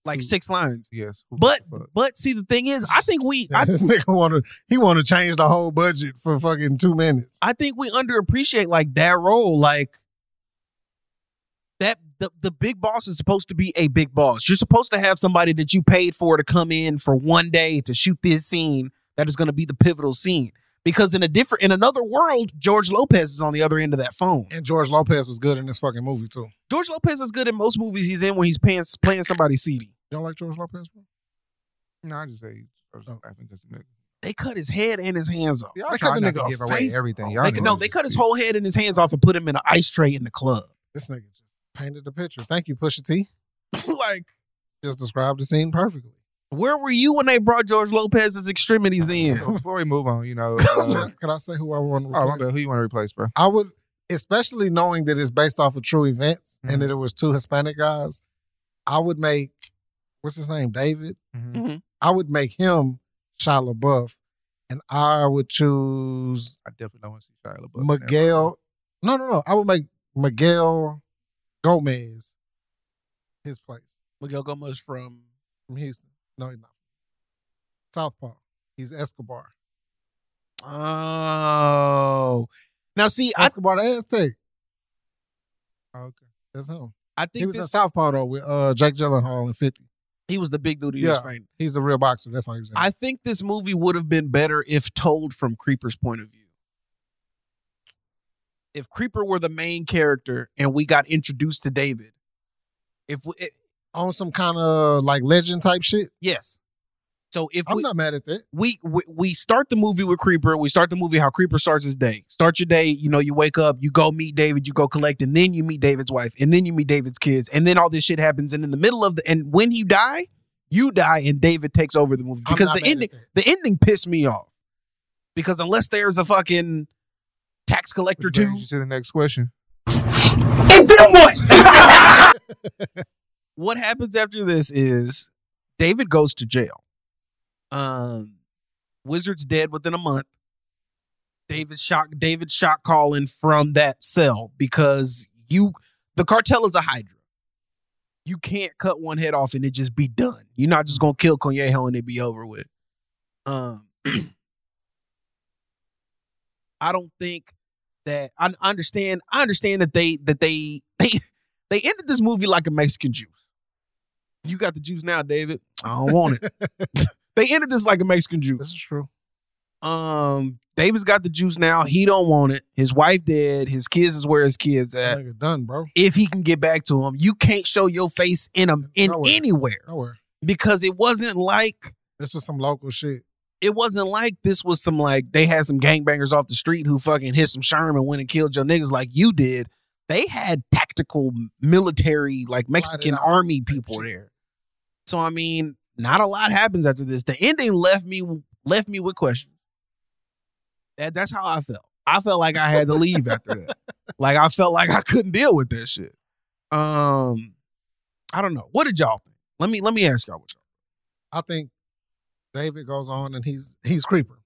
Speaker 6: Like
Speaker 5: Who-
Speaker 6: six lines.
Speaker 5: Yes, who
Speaker 6: But
Speaker 5: the fuck?
Speaker 6: but see the thing is, I think we
Speaker 7: [LAUGHS] Yeah,
Speaker 6: I,
Speaker 7: this nigga wanna he wanna change the whole budget for fucking two minutes.
Speaker 6: I think we underappreciate like that role. Like that the, the big boss is supposed to be a big boss. You're supposed to have somebody that you paid for to come in for one day to shoot this scene that is going to be the pivotal scene. because in a different in another world, George Lopez is on the other end of that phone.
Speaker 7: And George Lopez was good in this fucking movie too.
Speaker 6: George Lopez is good in most movies he's in when he's paying, playing somebody seedy.
Speaker 7: You don't like George Lopez, bro?
Speaker 5: No, I just say I
Speaker 6: Oh.
Speaker 5: was laughing 'cause nigga.
Speaker 6: They cut his head and his hands off.
Speaker 5: Y'all
Speaker 7: They cut
Speaker 5: trying
Speaker 7: the
Speaker 5: not
Speaker 7: nigga
Speaker 5: to
Speaker 7: a
Speaker 5: give away
Speaker 7: face.
Speaker 5: everything.
Speaker 7: They
Speaker 5: Y'all
Speaker 6: They
Speaker 5: know
Speaker 6: cut, no,
Speaker 5: this
Speaker 6: they
Speaker 5: is
Speaker 6: cut his
Speaker 5: weird.
Speaker 6: whole head and his hands off and put him in an ice tray in the club. [LAUGHS]
Speaker 7: This nigga just painted the picture. Thank you, Pusha T.
Speaker 6: like,
Speaker 7: Just described the scene perfectly.
Speaker 6: where were you when they brought George Lopez's extremities in?
Speaker 5: [LAUGHS] Before we move on, you
Speaker 6: [LAUGHS]
Speaker 5: know, uh,
Speaker 7: Could I say who I want to
Speaker 5: oh, my
Speaker 7: replace?
Speaker 5: bad. Who you want to replace, bro?
Speaker 7: I would, especially knowing that it's based off of true events
Speaker 5: Mhm.
Speaker 7: and that it was two Hispanic guys. I would make what's his name, David.
Speaker 6: Mm-hmm.
Speaker 5: Mhm.
Speaker 7: I would make him Shia LaBeouf, and I would choose
Speaker 5: I definitely don't want to see Shia LaBeouf. in that
Speaker 7: Miguel. No, no, no. I would make Miguel Gomez his place
Speaker 6: Miguel Gomez from
Speaker 7: from Houston. No, he's not. Southpaw. He's Escobar.
Speaker 6: Oh. Now see, I,
Speaker 7: Escobar the Aztec. Oh,
Speaker 5: role. okay.
Speaker 7: That's him.
Speaker 6: I
Speaker 7: He
Speaker 6: think
Speaker 7: was in
Speaker 6: this
Speaker 7: Southpaw though with uh, Jake Gyllenhaal and Fifty.
Speaker 6: he was the big dude he was
Speaker 7: Yeah.
Speaker 6: fighting.
Speaker 7: He's a real boxer. That's why he was in. it.
Speaker 6: I think this movie would have been better if told from Creeper's point of view. If Creeper were the main character and we got introduced to David, if we, it,
Speaker 7: on some kind of like legend type shit.
Speaker 6: yes, so if
Speaker 7: I'm
Speaker 6: we,
Speaker 7: not mad at that.
Speaker 6: we we we start the movie with Creeper, we start the movie how Creeper starts his day. Start your day, you know, you wake up, you go meet David, you go collect, and then you meet David's wife, and then you meet David's kids, and then all this shit happens, and in the middle of the and when you die, you die, and David takes over the movie
Speaker 7: I'm
Speaker 6: because
Speaker 7: not
Speaker 6: the
Speaker 7: mad at
Speaker 6: ending
Speaker 7: that.
Speaker 6: the ending pissed me off because unless there's a fucking tax collector
Speaker 5: Which
Speaker 6: too,
Speaker 5: brings you to the next question.
Speaker 1: And then what?
Speaker 6: what happens after this is David goes to jail. Um, Wizard's dead within a month. David shock David shock calling from that cell because you the cartel is a hydra. You can't cut one head off and it just be done. You're not just gonna kill Conejo and it be over with. Um, [CLEARS THROAT] I don't think that I I understand. I understand that they that they [LAUGHS] they they ended this movie like a Mexican juice. You got the juice now, David. I don't want it.
Speaker 7: [LAUGHS]
Speaker 6: [LAUGHS] they ended this like a Mexican juice.
Speaker 7: This is true.
Speaker 6: Um, David's got the juice now. He don't want it. His wife dead. His kids is where his kids at.
Speaker 7: Nigga done, bro.
Speaker 6: If he can get back to him, you can't show your face in a, in
Speaker 7: Nowhere.
Speaker 6: anywhere
Speaker 7: Nowhere.
Speaker 6: because it wasn't like
Speaker 7: This was some local shit.
Speaker 6: it wasn't like this was some like they had some gangbangers off the street who fucking hit some Sherman, went and killed your niggas like you did. They had tactical military, like Mexican
Speaker 7: out.
Speaker 6: army people there. So I mean, not a lot happens after this. The ending left me left me with questions. That, that's how I felt. I felt like I had to leave after [LAUGHS] that. Like I felt like I couldn't deal with that shit. Um, I don't know. What did y'all think? Let me let me ask y'all. What y'all
Speaker 7: I think David goes on and he's he's creeper.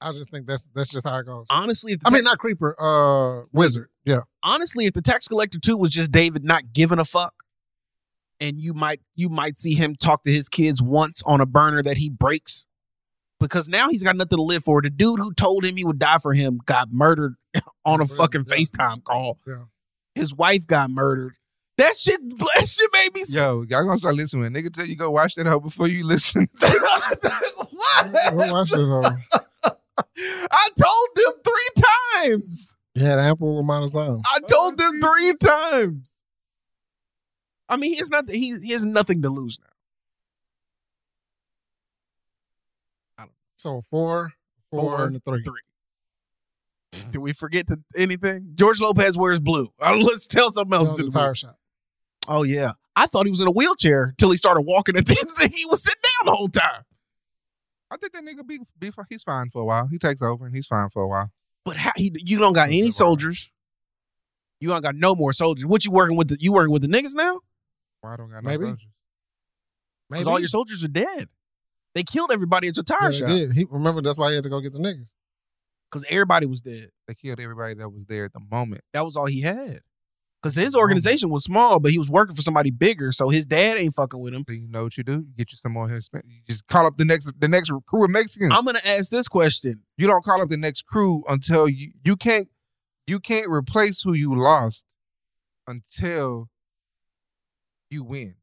Speaker 7: I just think that's that's just how it goes.
Speaker 6: honestly, if the
Speaker 7: I mean, not creeper. Uh, wizard.
Speaker 6: [LAUGHS]
Speaker 7: Yeah.
Speaker 6: honestly, if the tax collector too was just David not giving a fuck, and you might you might see him talk to his kids once on a burner that he breaks, because now he's got nothing to live for. The dude who told him he would die for him got murdered [LAUGHS] on a
Speaker 7: Yeah.
Speaker 6: fucking FaceTime call.
Speaker 7: Yeah.
Speaker 6: His wife got murdered. That shit, [LAUGHS] that shit made me. sick.
Speaker 5: Yo, y'all gonna start listening. Nigga, tell you go watch that hoe before you [LAUGHS] listen.
Speaker 7: Well,
Speaker 6: [LAUGHS] what?
Speaker 7: I should, uh,
Speaker 6: I told them three times.
Speaker 7: you had ample amount of time.
Speaker 6: I told them three times. I mean, he's not. He he has nothing to lose now.
Speaker 7: So four, four,
Speaker 6: Four,
Speaker 7: and a three.
Speaker 6: Did we forget to anything? George Lopez wears blue. [LAUGHS] Uh, let's tell something
Speaker 7: That
Speaker 6: else.
Speaker 7: was a
Speaker 6: to the movie.
Speaker 7: tire shot.
Speaker 6: Oh yeah, I thought he was in a wheelchair till he started walking. [LAUGHS] At the end of the, he was sitting down the whole time.
Speaker 5: I think that nigga be, be fi- he's fine for a while. He takes over and he's fine for a while.
Speaker 6: But how, he, you don't got any soldiers. You don't got no more soldiers. What you working with? The, you working with the niggas now?
Speaker 5: Why I don't got no
Speaker 7: Maybe.
Speaker 5: soldiers?
Speaker 7: Maybe
Speaker 6: Because all your soldiers are dead. They killed everybody at your
Speaker 7: yeah,
Speaker 6: tire
Speaker 7: they
Speaker 6: shop
Speaker 7: did. He remember that's why he had to go get the niggas.
Speaker 6: because everybody was dead.
Speaker 5: They killed everybody that was there at the moment.
Speaker 6: That was all he had. Because his organization was small, but he was working for somebody bigger. So his dad ain't fucking with him.
Speaker 5: So you know what you do? You get you some more Hispanic. You just call up the next the next crew of
Speaker 7: Hmm.
Speaker 5: Mexicans.
Speaker 6: I'm gonna ask this question.
Speaker 5: you don't call up the next crew until you you can't you can't replace who you lost until you win.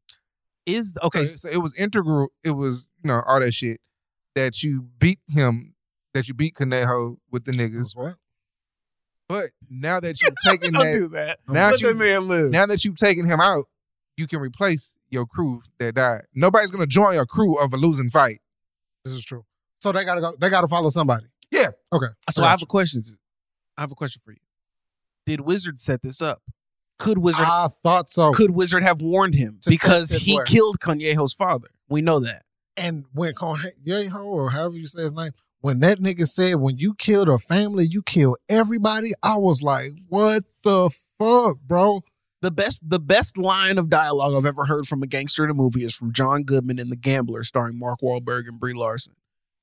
Speaker 6: Is
Speaker 5: So,
Speaker 6: okay,
Speaker 5: so it was integral. It was you know all that shit that you beat him that you beat Conejo with the niggas.
Speaker 7: What?
Speaker 5: But now that
Speaker 6: [LAUGHS]
Speaker 5: you've taken
Speaker 6: Don't
Speaker 5: that,
Speaker 6: do that.
Speaker 5: now
Speaker 6: Let
Speaker 5: that you
Speaker 6: that man live.
Speaker 5: now that you've taken him out, you can replace your crew that died. Nobody's gonna join your crew of a losing fight.
Speaker 7: This is true. So they gotta go. They gotta follow somebody.
Speaker 6: so I have a question. I have a question for you. Did Wizard set this up? Could Wizard
Speaker 7: I thought so.
Speaker 6: could Wizard have warned him
Speaker 7: Oh. To
Speaker 6: because
Speaker 7: test it
Speaker 6: he
Speaker 7: where?
Speaker 6: killed Kanyeho's father? We know that.
Speaker 7: And when Cornejo or however you say his name, when that nigga said, "When you killed a family, you kill everybody," I was like, "What the fuck, bro?"
Speaker 6: The best the best line of dialogue I've ever heard from a gangster in a movie is from John Goodman in The Gambler, starring Mark Wahlberg and Brie Larson.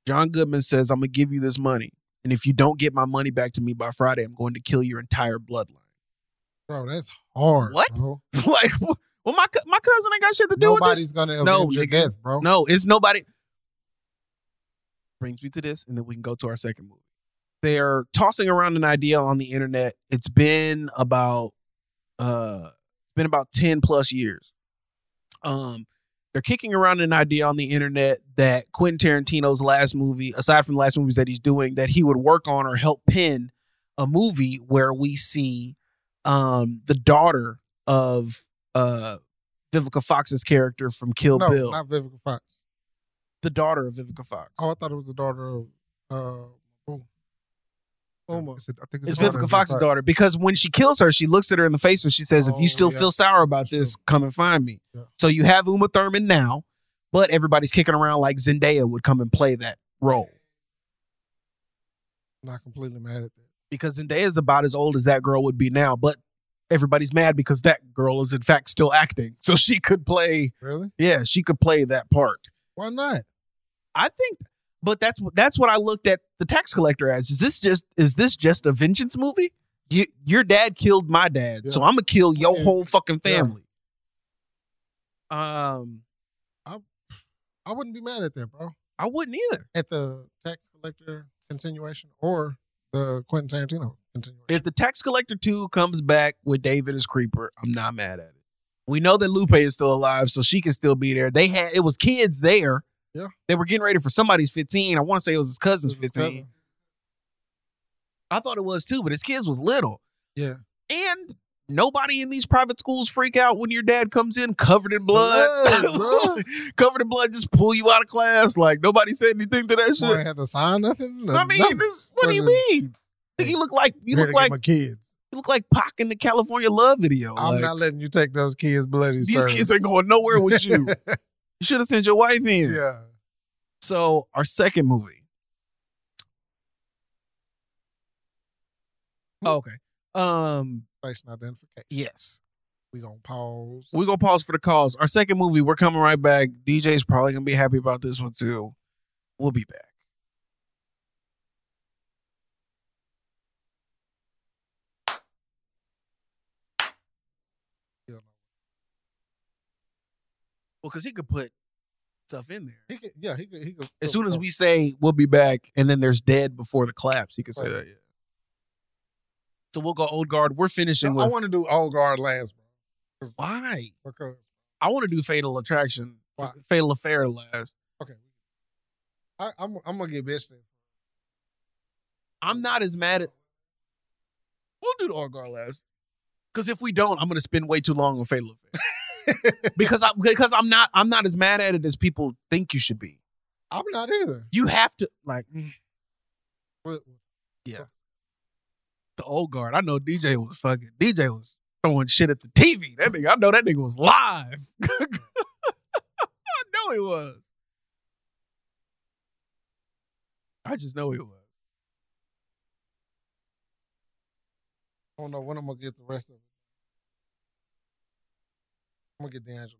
Speaker 6: John Goodman says, "I'm gonna give you this money, and if you don't get my money back to me by Friday, I'm going to kill your entire bloodline." [LAUGHS]
Speaker 7: Bro, that's hard.
Speaker 6: What?
Speaker 7: Bro.
Speaker 6: like, well, my co- my cousin ain't got shit to do with this.
Speaker 7: Nobody's gonna avenge
Speaker 6: No,
Speaker 7: your
Speaker 6: nigga.
Speaker 7: death, bro.
Speaker 6: No, it's nobody. Brings me to this, and then we can go to our second movie. They're tossing around an idea on the internet. It's been about uh it's been about 10 plus years. Um they're kicking around an idea on the internet that Quentin Tarantino's last movie, aside from the last movies that he's doing, that he would work on or help pen a movie where we see um the daughter of uh Vivica Fox's character from Kill
Speaker 7: no,
Speaker 6: Bill
Speaker 7: not Vivica Fox.
Speaker 6: the daughter of Vivica Fox.
Speaker 7: Oh, I thought it was the daughter of uh, Boom. Uma.
Speaker 5: It's, I think
Speaker 6: It's
Speaker 5: the
Speaker 6: Vivica Fox's daughter because when she kills her, she looks at her in the face and she says, "If
Speaker 7: Oh,
Speaker 6: you still
Speaker 7: yeah.
Speaker 6: feel sour about
Speaker 7: That's
Speaker 6: this, come and find me."
Speaker 7: Yeah.
Speaker 6: So you have Uma Thurman now, but everybody's kicking around like Zendaya would come and play that role
Speaker 7: Not completely mad at that.
Speaker 6: because Zendaya is about as old as that girl would be now, but everybody's mad because that girl is in fact still acting, so she could play.
Speaker 7: Really?
Speaker 6: Yeah, she could play that part.
Speaker 7: Why not?
Speaker 6: I think, but that's that's what I looked at the tax collector as. Is this just is this just a vengeance movie? You, your dad killed my dad, so
Speaker 7: Yeah.
Speaker 6: I'm gonna kill your
Speaker 7: Yeah.
Speaker 6: whole fucking
Speaker 7: Yeah.
Speaker 6: family. Um,
Speaker 7: I wouldn't be mad at that, bro.
Speaker 6: I wouldn't either.
Speaker 7: At the tax collector continuation or the Quentin Tarantino continuation.
Speaker 6: If the tax collector two comes back with David as Creeper, I'm not mad at it. We know that Lupe is still alive, so she can still be there. They had it was kids there.
Speaker 7: Yeah.
Speaker 6: They were getting ready for somebody's 15. I want to say it was his cousin's
Speaker 7: It was his
Speaker 6: 15.
Speaker 7: cousin.
Speaker 6: I thought it was too, but his kids was little.
Speaker 7: Yeah.
Speaker 6: and nobody in these private schools freak out when your dad comes in covered in blood, [LAUGHS]
Speaker 7: Blood,
Speaker 6: covered in blood, just pull you out of class. Like nobody said anything to that
Speaker 7: Boy, I
Speaker 6: shit.
Speaker 7: had to sign nothing.
Speaker 6: I mean,
Speaker 7: nothing.
Speaker 6: this, what do you
Speaker 7: Nothing.
Speaker 6: mean? Think You look like you
Speaker 7: Here
Speaker 6: look
Speaker 7: to get
Speaker 6: like
Speaker 7: my kids.
Speaker 6: you look like Pac in the California Love video.
Speaker 7: I'm
Speaker 6: Like,
Speaker 7: not letting you take those kids bloody.
Speaker 6: these
Speaker 7: sir.
Speaker 6: kids ain't going nowhere with
Speaker 7: [LAUGHS]
Speaker 6: you. you should have sent your wife in.
Speaker 7: yeah.
Speaker 6: So our second movie.
Speaker 7: Hmm.
Speaker 6: Okay. Um.
Speaker 7: Patient identification.
Speaker 6: Yes.
Speaker 7: We gonna pause.
Speaker 6: We're gonna pause for the calls. Our second movie, we're coming right back. DJ's probably gonna be happy about this one too. We'll be back.
Speaker 7: Yeah.
Speaker 6: Well, because he could put stuff in there.
Speaker 7: He could, yeah, he could, he could.
Speaker 6: As soon as we say we'll be back, and then there's dead before the claps, he could say
Speaker 7: Right.
Speaker 6: that. Yeah. So we'll go old guard. We're finishing
Speaker 7: I
Speaker 6: with
Speaker 7: want to do old guard last, bro,
Speaker 6: why.
Speaker 7: because
Speaker 6: I want to do Fatal Attraction,
Speaker 7: Why?
Speaker 6: Fatal Affair last.
Speaker 7: okay, I, I'm I'm gonna get bitched. Then.
Speaker 6: I'm not as mad at. We'll do the Orgar last, because if we don't, I'm gonna spend way too long on Fatal Affair.
Speaker 7: [LAUGHS]
Speaker 6: because I because I'm not I'm not as mad at it as people think you should be.
Speaker 7: I'm not either.
Speaker 6: You have to like mm,
Speaker 7: But
Speaker 6: yeah. The old guard. I know DJ was fucking. DJ was throwing shit at the TV. That nigga. I know that nigga was live. [LAUGHS] I know he was. I just know he was.
Speaker 7: I don't know when I'm gonna get the rest of it. I'm gonna get D'Angelo.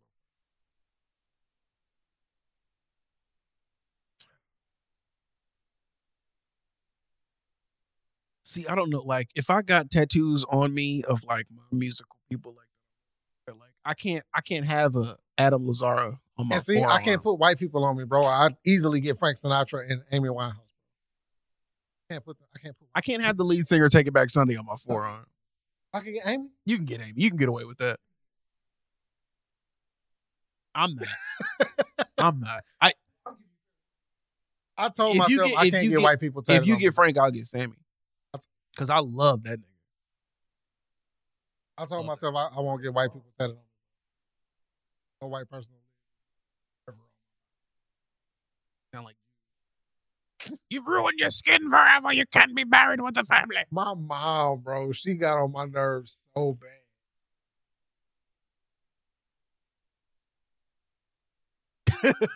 Speaker 6: See, I don't know. Like, if I got tattoos on me of like my musical people, like, they're like I can't, I can't have a Adam Lazara on my.
Speaker 7: And see, I can't put white people on me, bro. I'd easily get Frank Sinatra and Amy Winehouse. Can't put. I can't put.
Speaker 6: I can't have the lead singer take it back Sunday
Speaker 7: Uh.
Speaker 6: on my forearm.
Speaker 7: I can get Amy.
Speaker 6: You can get Amy. You can get away with that.
Speaker 7: [LAUGHS]
Speaker 6: I'm not. I'm not. I
Speaker 7: I told
Speaker 6: If you
Speaker 7: myself
Speaker 6: get-
Speaker 7: I
Speaker 6: if
Speaker 7: can't
Speaker 6: you
Speaker 7: get,
Speaker 6: get-
Speaker 7: white people tatted.
Speaker 6: If you
Speaker 7: on
Speaker 6: get
Speaker 7: me.
Speaker 6: Frank, I'll get Sammy. Cause I love that nigga.
Speaker 7: I told myself I, I won't get white people tatted on me. No white person. Ever.
Speaker 6: Sound like [LAUGHS]
Speaker 1: You've ruined your skin forever. You can't be married with a
Speaker 7: [LAUGHS]
Speaker 1: family.
Speaker 7: My mom, bro, she got on my nerves so bad.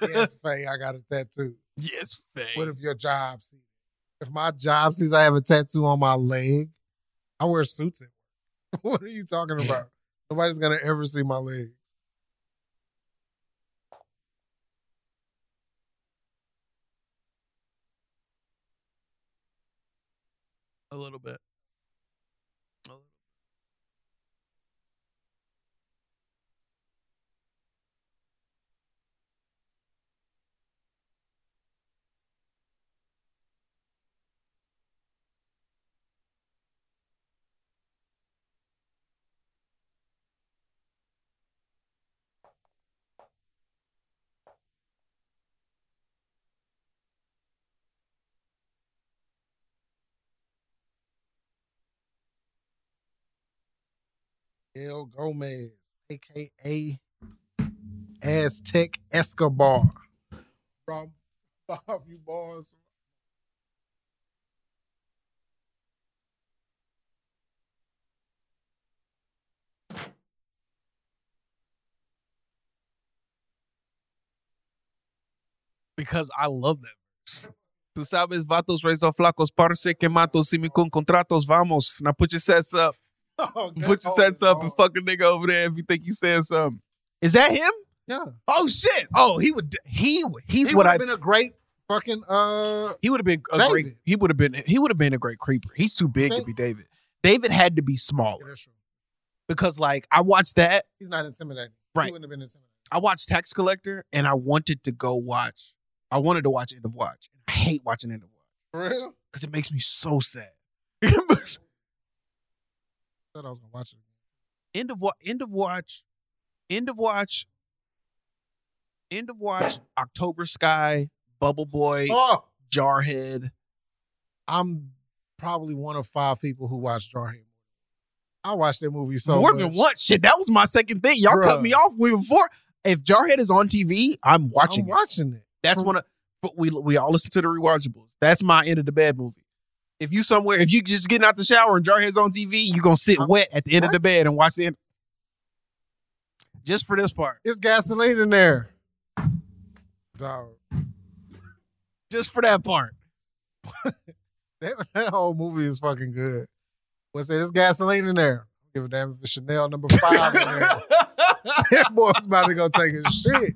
Speaker 7: yes, Faye, I got a tattoo.
Speaker 6: [LAUGHS] yes,
Speaker 7: What if your job sees? If my job sees I have a tattoo on my leg, I wear suits. at work. [LAUGHS] what are you talking about? Nobody's gonna ever see my leg.
Speaker 6: a little bit.
Speaker 7: Gail Gomez, aka Aztec Escobar. From [LAUGHS] five you boys.
Speaker 6: Because I love them. Tu sabes, vatos, rezos flacos, parce que matos, si mi con contratos, vamos. Now put your sets up.
Speaker 7: Oh,
Speaker 6: Put your sets up and fuck a nigga over there if you think you said something. Is that him?
Speaker 7: Yeah.
Speaker 6: Oh shit. Oh, he would. He he's
Speaker 7: He
Speaker 6: what
Speaker 7: would
Speaker 6: I.
Speaker 7: have been a great fucking uh
Speaker 6: he would have been a
Speaker 7: David.
Speaker 6: great. He would have been. He would have been a great creeper. He's too big to
Speaker 7: Think-
Speaker 6: be David. David had to be smaller because, like, I watched that
Speaker 7: he's not intimidating.
Speaker 6: Right.
Speaker 7: He wouldn't have been intimidating.
Speaker 6: I watched Tax Collector and I wanted to go watch. I wanted to watch End of Watch. I hate watching End of Watch
Speaker 7: For real?
Speaker 6: because it makes me so sad. [LAUGHS]
Speaker 7: thought I was gonna watch it.
Speaker 6: end of Watch. End of Watch. End of Watch. End of Watch. October Sky. Bubble Boy.
Speaker 7: Oh,
Speaker 6: Jarhead.
Speaker 7: I'm probably one of five people who watched Jarhead. I watched that movie so
Speaker 6: More
Speaker 7: much.
Speaker 6: than once. Shit, that was my second thing. Y'all cut
Speaker 7: Bruh.
Speaker 6: me off way before. If Jarhead is on TV, I'm watching.
Speaker 7: I'm
Speaker 6: it.
Speaker 7: watching it.
Speaker 6: That's
Speaker 7: For-
Speaker 6: one of but we we all listen to the rewatchables. That's my end of the bed movie. If you somewhere, if you just getting out the shower and Jarhead's on TV, you gonna sit
Speaker 7: I'm-
Speaker 6: wet at the end of the
Speaker 7: What?
Speaker 6: bed and watch the end. Just for this part.
Speaker 7: It's gasoline in there. Dog.
Speaker 6: Just for that part.
Speaker 7: That, [LAUGHS] that whole movie is fucking good. What's it? There's gasoline in there. Give a damn if it's Chanel number five in there.
Speaker 6: [LAUGHS]
Speaker 7: that boy's about to go take his shit.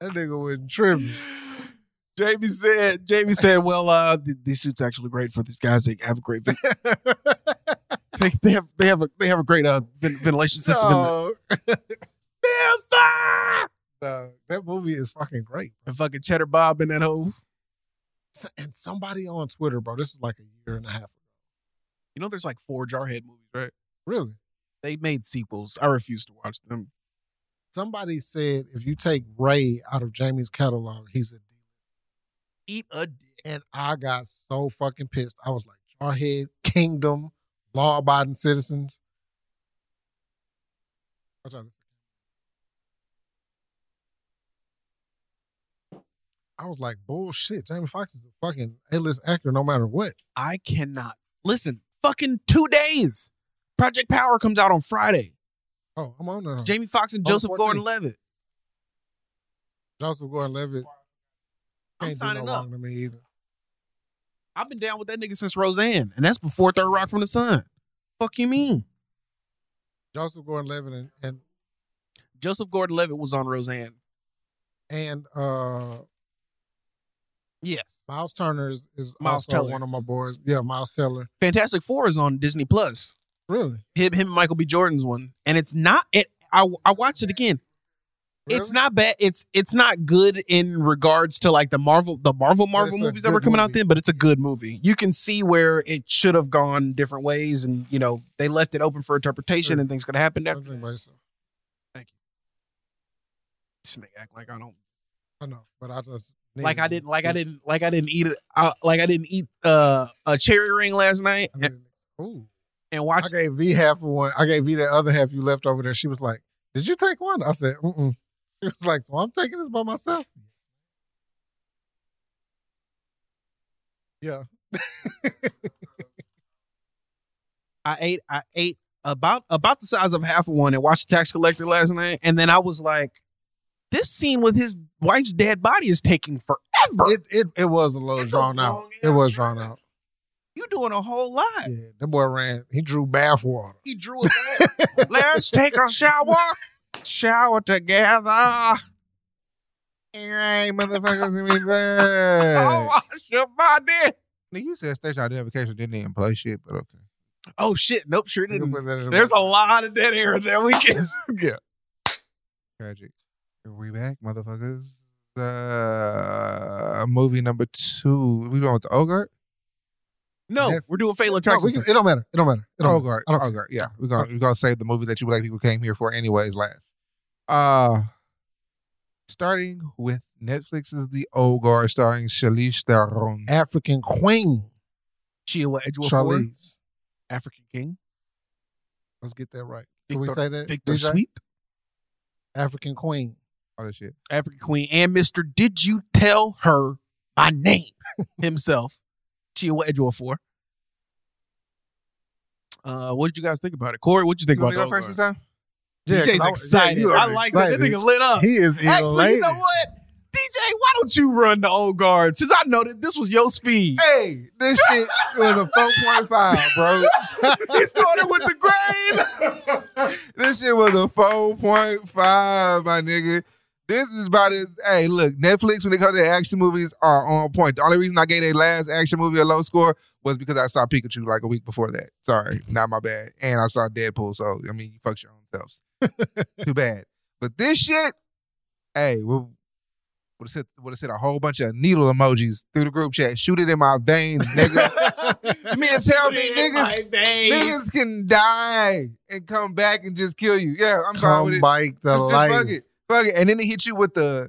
Speaker 7: That nigga
Speaker 6: [LAUGHS]
Speaker 7: wouldn't trip.
Speaker 6: Jamie said, Jamie said, well, uh, th- these suits actually great for these guys. They have a great ven- [LAUGHS] they, they have they have a they have a great uh, ven- ventilation system in the
Speaker 7: [LAUGHS] Dog. Dog. That movie is fucking great.
Speaker 6: and fucking cheddar bob in that hole.
Speaker 7: S- And somebody on Twitter, bro, this is like a year and a half ago.
Speaker 6: You know there's like four Jarhead movies, right?
Speaker 7: Really?
Speaker 6: They made sequels. I refuse to watch them.
Speaker 7: Somebody said if you take Ray out of Jamie's catalog, he's a D.
Speaker 6: eat a dick.
Speaker 7: And I got so fucking pissed. I was like, Jarhead, Kingdom, law abiding citizens. Watch out, this- I was like, bullshit. Jamie Foxx is a fucking A list actor no matter what.
Speaker 6: I cannot listen. Fucking two days. Project Power comes out on Friday.
Speaker 7: Oh, I'm on that.
Speaker 6: Jamie Foxx and
Speaker 7: Oh,
Speaker 6: Joseph
Speaker 7: 14.
Speaker 6: Gordon-Levitt.
Speaker 7: Joseph Gordon Levitt.
Speaker 6: I'm signing up.
Speaker 7: to me either.
Speaker 6: I've been down with that nigga since Roseanne, and that's before Third Rock from the Sun. Fuck you mean?
Speaker 7: Joseph Gordon Levitt and, and
Speaker 6: Joseph Gordon-Levitt was on Roseanne.
Speaker 7: and uh
Speaker 6: Yes.
Speaker 7: Miles Turner is, is
Speaker 6: Miles
Speaker 7: also
Speaker 6: Teller.
Speaker 7: one of my boys. Yeah, Miles Teller.
Speaker 6: Fantastic Four is on Disney Plus.
Speaker 7: Really?
Speaker 6: Him, him, and Michael B. Jordan's one, and it's not. It. I I watched it again. It's
Speaker 7: Really?
Speaker 6: not bad. It's it's not good in regards to like the Marvel the Marvel Marvel
Speaker 7: it's a
Speaker 6: movies that
Speaker 7: good
Speaker 6: were coming out
Speaker 7: movie.
Speaker 6: then, but it's a good movie. You can see where it should have gone different ways, and you know they left it open for interpretation,
Speaker 7: Sure.
Speaker 6: and things could happen.
Speaker 7: I
Speaker 6: After
Speaker 7: drink by yourself.
Speaker 6: this nigga act like I don't
Speaker 7: I know, but I just
Speaker 6: Like
Speaker 7: needed
Speaker 6: I
Speaker 7: it.
Speaker 6: didn't like I didn't like I didn't eat it. I, like I didn't eat uh, a cherry ring last night
Speaker 7: I
Speaker 6: and,
Speaker 7: didn't- Ooh.
Speaker 6: and
Speaker 7: I
Speaker 6: watch.
Speaker 7: gave V half of one. I gave V the other half you left over there. She was like, "Did you take one?" I said, "Mm." [LAUGHS] She was like, "So I'm taking this by myself." Yeah,
Speaker 6: I ate I ate about about the size of half of one and watched the tax collector last night. And then I was like, this scene with his wife's dead body is taking forever.
Speaker 7: it it it was a little
Speaker 6: It's a
Speaker 7: drawn out.
Speaker 6: long
Speaker 7: It was
Speaker 6: ass
Speaker 7: drawn
Speaker 6: drive.
Speaker 7: out.
Speaker 6: you doing a whole lot.
Speaker 7: Yeah, that boy ran. He drew bath water.
Speaker 6: He drew it back. [LAUGHS] Let's take a shower. Shower together.
Speaker 5: Hey, motherfuckers, [LAUGHS] let me back.
Speaker 6: Oh, wash your body.
Speaker 5: Now, you said station identification didn't even play shit, but okay.
Speaker 6: Oh shit. Nope, sure
Speaker 7: You can
Speaker 6: didn't.
Speaker 7: put that in
Speaker 6: There's a lot of dead air that we
Speaker 7: [LAUGHS]
Speaker 6: can
Speaker 5: Tragic. We back, motherfuckers. Uh, movie number two. We going with the Ogre?
Speaker 6: No,
Speaker 7: Yeah.
Speaker 6: we're doing fatal
Speaker 7: No, we
Speaker 6: attraction.
Speaker 7: can- it don't matter. It don't matter.
Speaker 6: Oh.
Speaker 7: It don't matter.
Speaker 5: Ogre.
Speaker 7: I don't-
Speaker 5: Ogre. Yeah, we're gonna we're gonna save the movie that you black people came here for, anyways. Last. Uh starting with Netflix's The Ogre, starring Shalish Theron.
Speaker 7: African queen.
Speaker 6: she what Edgewood Four?
Speaker 7: Charlize.
Speaker 6: African King.
Speaker 7: Let's get that right. Can
Speaker 6: Victor,
Speaker 7: we say that?
Speaker 6: Victor
Speaker 7: DJ?
Speaker 6: Sweet.
Speaker 7: African queen.
Speaker 5: All that shit.
Speaker 6: African Queen, and Mr. Did You Tell Her My [LAUGHS] Name himself. Chia what Edgewood for. Uh, what did you guys think about it? Corey, what did you think
Speaker 5: You wanna
Speaker 6: about it?
Speaker 5: go first this time?
Speaker 6: DJ's excited. I like that. That nigga lit up.
Speaker 7: He is
Speaker 6: Uh, Actually, you know
Speaker 7: elated.
Speaker 6: what? DJ, why don't you run the old guard? Since I know that this was your speed.
Speaker 5: Hey, this shit was a four point five, bro.
Speaker 6: [LAUGHS] he started with the [LAUGHS] grain.
Speaker 5: [LAUGHS] This shit was a four point five, my nigga. This is about it. Hey, look, Netflix when it comes to action movies are on point. The only reason I gave their last action movie a low score was because I saw Pikachu like a week before that. Sorry, not my bad. And I saw Deadpool, so I mean, you fuck your own selves. Too bad. But this shit, hey, we'll. Would have sent, would have sent a whole bunch of needle emojis through the group chat. Shoot it in my veins,
Speaker 7: [LAUGHS]
Speaker 5: nigga. you mean to tell me, niggas, Niggas can die and come back and just kill you. Yeah, I'm fine with
Speaker 7: Come
Speaker 5: it.
Speaker 7: bike to
Speaker 5: Just- just
Speaker 7: life.
Speaker 5: Fuck it, fuck it, and then they hit you with the,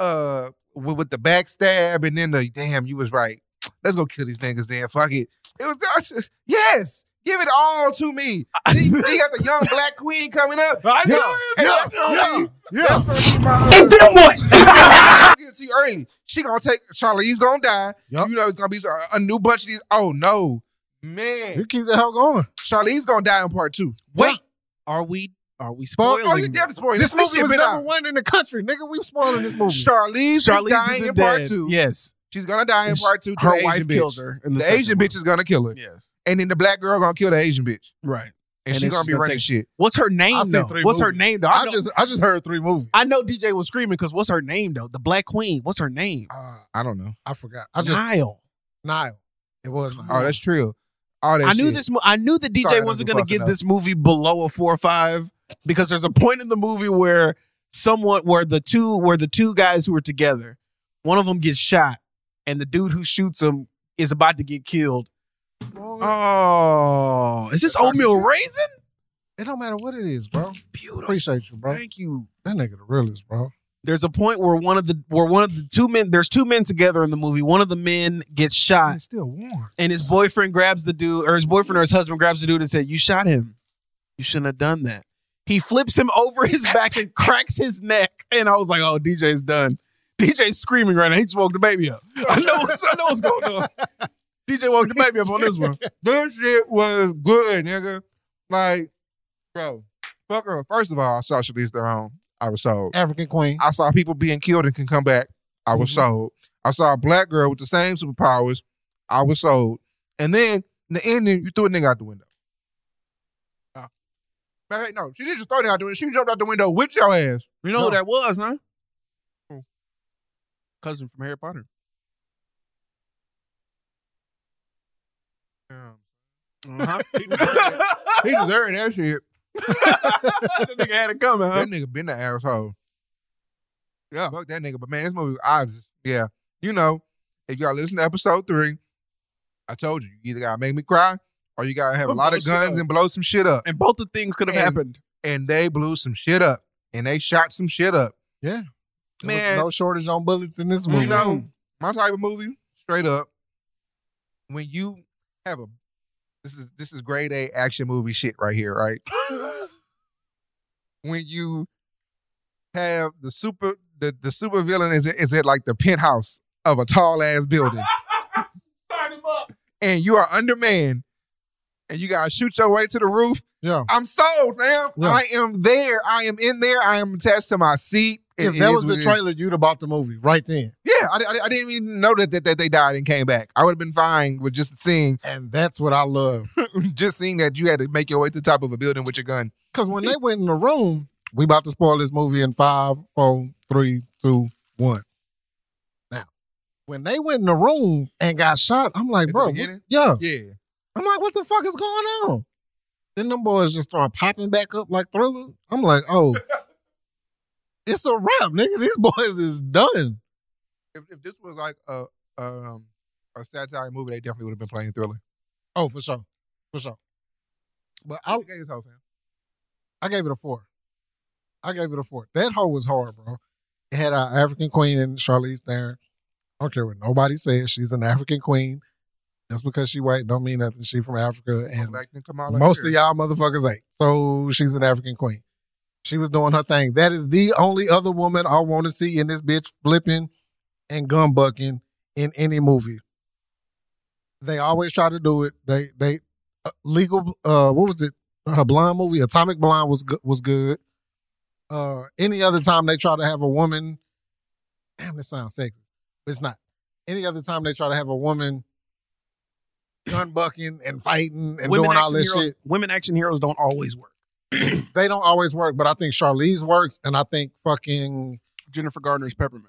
Speaker 5: uh, with, with the backstab, and then the damn, you was right. Let's go kill these niggas. Then fuck it. It was I was just- yes, give it all to
Speaker 6: [LAUGHS]
Speaker 5: me. See, they got the young black queen coming up.
Speaker 6: I
Speaker 5: Yeah,
Speaker 6: know.
Speaker 5: and
Speaker 6: Yeah,
Speaker 5: that's gonna
Speaker 6: yeah,
Speaker 5: be- that's gonna be my, uh,
Speaker 1: [LAUGHS] And then what?
Speaker 5: I'll give it to you early. She gonna take Charlie's gonna die.
Speaker 7: Yup.
Speaker 5: You know it's gonna be a, a new bunch of these. Oh no,
Speaker 7: You
Speaker 5: man,
Speaker 7: keep the hell going.
Speaker 5: Charlie's gonna die in part two.
Speaker 6: Wait, are we are we
Speaker 5: Oh,
Speaker 6: spoiling?
Speaker 5: oh, you damn spoiling. This, this
Speaker 7: This movie
Speaker 5: shit
Speaker 7: was
Speaker 5: been
Speaker 7: number
Speaker 5: out.
Speaker 7: one in the country, nigga. We spoiling this movie.
Speaker 5: Charlize,
Speaker 6: Charlize
Speaker 5: Charlize
Speaker 6: is
Speaker 5: dying in
Speaker 6: dead.
Speaker 5: part two.
Speaker 6: Yes,
Speaker 5: She's gonna die in
Speaker 6: And sh-
Speaker 5: part two. To
Speaker 6: her
Speaker 5: the
Speaker 6: wife
Speaker 5: Asian
Speaker 6: kills
Speaker 5: bitch.
Speaker 6: her. In
Speaker 5: The,
Speaker 6: the second
Speaker 5: Asian
Speaker 6: one.
Speaker 5: bitch is gonna kill her,
Speaker 6: Yes,
Speaker 5: and then the black girl gonna kill the Asian bitch,
Speaker 6: right.
Speaker 5: and,
Speaker 6: And
Speaker 5: she's
Speaker 6: then
Speaker 5: gonna
Speaker 6: she
Speaker 5: be
Speaker 6: gonna
Speaker 5: running
Speaker 6: take-
Speaker 5: shit.
Speaker 6: What's her name
Speaker 7: I've seen
Speaker 6: though?
Speaker 7: three
Speaker 6: What's her
Speaker 7: movies.
Speaker 6: name though? I,
Speaker 7: I
Speaker 6: know,
Speaker 7: just I just heard three movies.
Speaker 6: I know DJ was screaming because what's her name though? The Black Queen. What's her name?
Speaker 7: Uh,
Speaker 5: I don't know.
Speaker 7: I forgot. I just
Speaker 6: Nile.
Speaker 7: Nile. It was Nile.
Speaker 5: Oh, that's true. All that
Speaker 6: I knew
Speaker 5: shit.
Speaker 6: this. Mo- I knew that DJ
Speaker 5: Sorry, I
Speaker 6: wasn't
Speaker 5: don't
Speaker 6: gonna
Speaker 5: fucking
Speaker 6: give
Speaker 5: know.
Speaker 6: this movie below a four or five because there's a point in the movie where someone, where the two, where the two guys who are together, one of them gets shot, and the dude who shoots him is about to get killed. Oh, is this oatmeal raisin?
Speaker 7: It don't matter what it is, bro.
Speaker 6: Beautiful.
Speaker 7: Appreciate you, bro.
Speaker 6: Thank you.
Speaker 7: That nigga the realest, bro.
Speaker 6: there's a point where one of the where one of the two men there's two men together in the movie. One of the men gets shot,
Speaker 7: It's still warm.
Speaker 6: and his boyfriend grabs the dude, or his boyfriend or his husband grabs the dude and said, "You shot him. You shouldn't have done that." He flips him over his back and cracks his neck, and I was like, "Oh, DJ's done." DJ's screaming right now. He just woke the baby up. I know. I know what's going on. DJ woke the baby up on this one.
Speaker 5: This shit was good, nigga. Like, bro, fuck her. First of all, I saw Charlize Theron. I was sold.
Speaker 7: African queen.
Speaker 5: I saw people being killed and can come back. I was
Speaker 7: Mhm.
Speaker 5: sold. I saw a black girl with the same superpowers. I was sold. And then in the ending, you threw a nigga out the window.
Speaker 6: Ah.
Speaker 5: Matter of fact, no, she didn't just throw it out the window. She jumped out the window with your ass.
Speaker 6: You know
Speaker 5: No.
Speaker 6: who that was, huh? Cousin from Harry Potter. Uh-huh.
Speaker 5: He deserved that shit.
Speaker 6: [LAUGHS] that nigga had it coming, huh?
Speaker 5: That nigga been an asshole.
Speaker 6: Yeah.
Speaker 5: Fuck that nigga. But man, this movie, I just, yeah. You know, if y'all listen to episode three, I told you, you either gotta make me cry or you gotta have a
Speaker 6: Or
Speaker 5: lot of
Speaker 6: blow shit
Speaker 5: guns
Speaker 6: up.
Speaker 5: and blow some shit up.
Speaker 6: And both the things could have
Speaker 5: And-
Speaker 6: happened.
Speaker 5: and they blew some shit up and they shot some shit up.
Speaker 7: Yeah. There was
Speaker 5: Man.
Speaker 7: no shortage on bullets in this movie.
Speaker 5: You know, my type of movie, straight up, when you have a this is this is grade A action movie shit right here,
Speaker 7: [LAUGHS]
Speaker 5: right? when you have the super the, the super villain is at- is at like the penthouse of a tall ass building.
Speaker 7: [LAUGHS]
Speaker 5: And you are undermanned and you gotta shoot your way to the roof.
Speaker 7: Yeah.
Speaker 5: I'm sold, fam.
Speaker 7: Yeah.
Speaker 5: I am there. I am in there. I am attached to my seat. It-
Speaker 7: If
Speaker 5: it
Speaker 7: that
Speaker 5: is
Speaker 7: was
Speaker 5: what
Speaker 7: the
Speaker 5: it is.
Speaker 7: trailer, you'd have bought the movie right then.
Speaker 5: Yeah, I, I, I didn't even know that, that that they died and came back. I would have been fine with just seeing
Speaker 7: And that's what I love.
Speaker 5: [LAUGHS] just seeing that you had to make your way to the top of a building with your gun.
Speaker 7: Because when they went in the room, we about to spoil this movie in five, four, three, two, one. Now, when they went in the room and got shot, I'm like,
Speaker 5: the
Speaker 7: bro, what-
Speaker 5: beginning?
Speaker 7: yeah.
Speaker 5: Yeah,
Speaker 7: I'm like, what the fuck is going on? Then them boys just start popping back up like Thriller. I'm like,
Speaker 5: [LAUGHS]
Speaker 7: oh, it's a wrap, nigga. These [LAUGHS] boys is done.
Speaker 5: if, if this was like a um a satire movie, they definitely would have been playing Thriller.
Speaker 7: Oh, for sure, for sure. But I,
Speaker 5: Okay, this whole fam.
Speaker 7: I gave it a four. I gave it a four. That hoe was hard, bro. It had our African queen and Charlize Theron. I don't care what nobody says. She's an African queen. Just because she white don't mean nothing. She from Africa,
Speaker 5: Come
Speaker 7: and
Speaker 5: back to Kamala
Speaker 7: most of
Speaker 5: Harris.
Speaker 7: y'all motherfuckers ain't. So she's an African queen. She was doing her thing. That is the only other woman I want to see in this bitch flipping and gun bucking in any movie. They always try to do it. They they uh, legal. Uh, what was it? Her blonde movie, Atomic Blonde, was good, was good. Uh, any other time they try to have a woman, damn, this sounds sexy. It's not. Any other time they try to have a woman gun bucking and fighting and
Speaker 6: women
Speaker 7: doing all
Speaker 6: action
Speaker 7: this
Speaker 6: heroes,
Speaker 7: shit
Speaker 6: women action heroes don't always work.
Speaker 7: they don't always work, but I think Charlize works, and I think fucking
Speaker 6: Jennifer Gardner's Peppermint.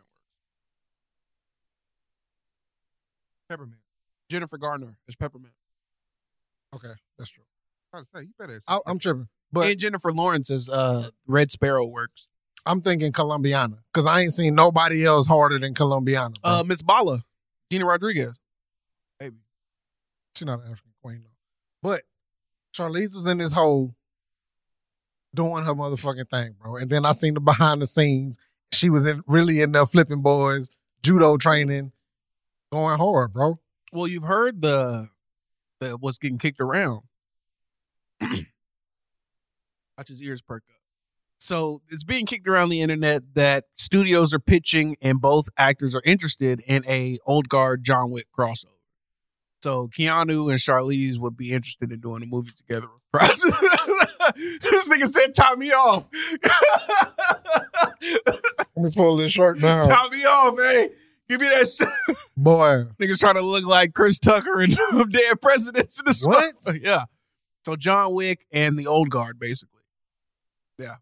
Speaker 5: Peppermint.
Speaker 6: Jennifer Gardner is Peppermint.
Speaker 7: okay, that's true.
Speaker 5: I was about to say you better.
Speaker 7: I,
Speaker 5: [LAUGHS]
Speaker 7: I'm tripping, but
Speaker 6: and Jennifer Lawrence is uh, Red Sparrow works.
Speaker 7: I'm thinking Colombiana because I ain't seen nobody else harder than Colombiana. bro.
Speaker 6: Uh, Miss Bala, Gina Rodriguez.
Speaker 7: She's not an African queen though, but Charlize was in this hole doing her motherfucking thing, bro. And then I seen the behind the scenes. She was in really in there flipping boys, judo training, going hard, bro.
Speaker 6: Well, you've heard the, the what's getting kicked around. Watch his ears perk up. So it's being kicked around the internet that studios are pitching and both actors are interested in a old guard John Wick crossover. So Keanu and Charlize would be interested in doing a movie together. [LAUGHS] this nigga said, "Tie me off." [LAUGHS]
Speaker 7: Let me pull
Speaker 6: [LAUGHS]
Speaker 7: this shirt down,
Speaker 6: Tie me off, man. Give me that shit.
Speaker 7: boy.
Speaker 6: Niggas trying to look like Chris Tucker and [LAUGHS] dead presidents in this
Speaker 7: [LAUGHS] What?
Speaker 6: one. [LAUGHS] Yeah. So John Wick and the old guard, basically. Yeah.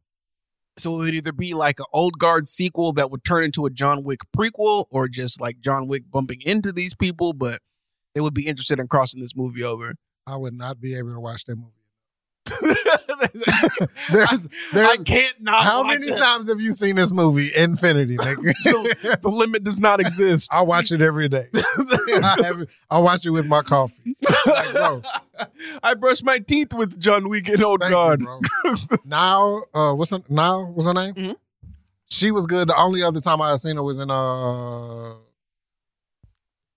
Speaker 6: So it would either be like an old guard sequel that would turn into a John Wick prequel or just like John Wick bumping into these people, but they would be interested in crossing this movie over. [LAUGHS]
Speaker 7: I would not be able to watch that movie.
Speaker 6: there's, I
Speaker 7: [LAUGHS] there's-
Speaker 6: can't not
Speaker 7: How
Speaker 6: watch
Speaker 7: many
Speaker 6: it.
Speaker 7: times have you seen this movie, Infinity? Nigga?
Speaker 6: The limit does not exist.
Speaker 7: [LAUGHS] I watch it every day. [LAUGHS] I, have, I watch it with my coffee. Like, bro,
Speaker 6: [LAUGHS] I brushed my teeth with John Wick and oh, Old
Speaker 7: thank
Speaker 6: Guard.
Speaker 7: you, bro. Now, uh, what's her, now? What's her name?
Speaker 6: Mhm.
Speaker 7: She was good. The only other time I had seen her was in uh,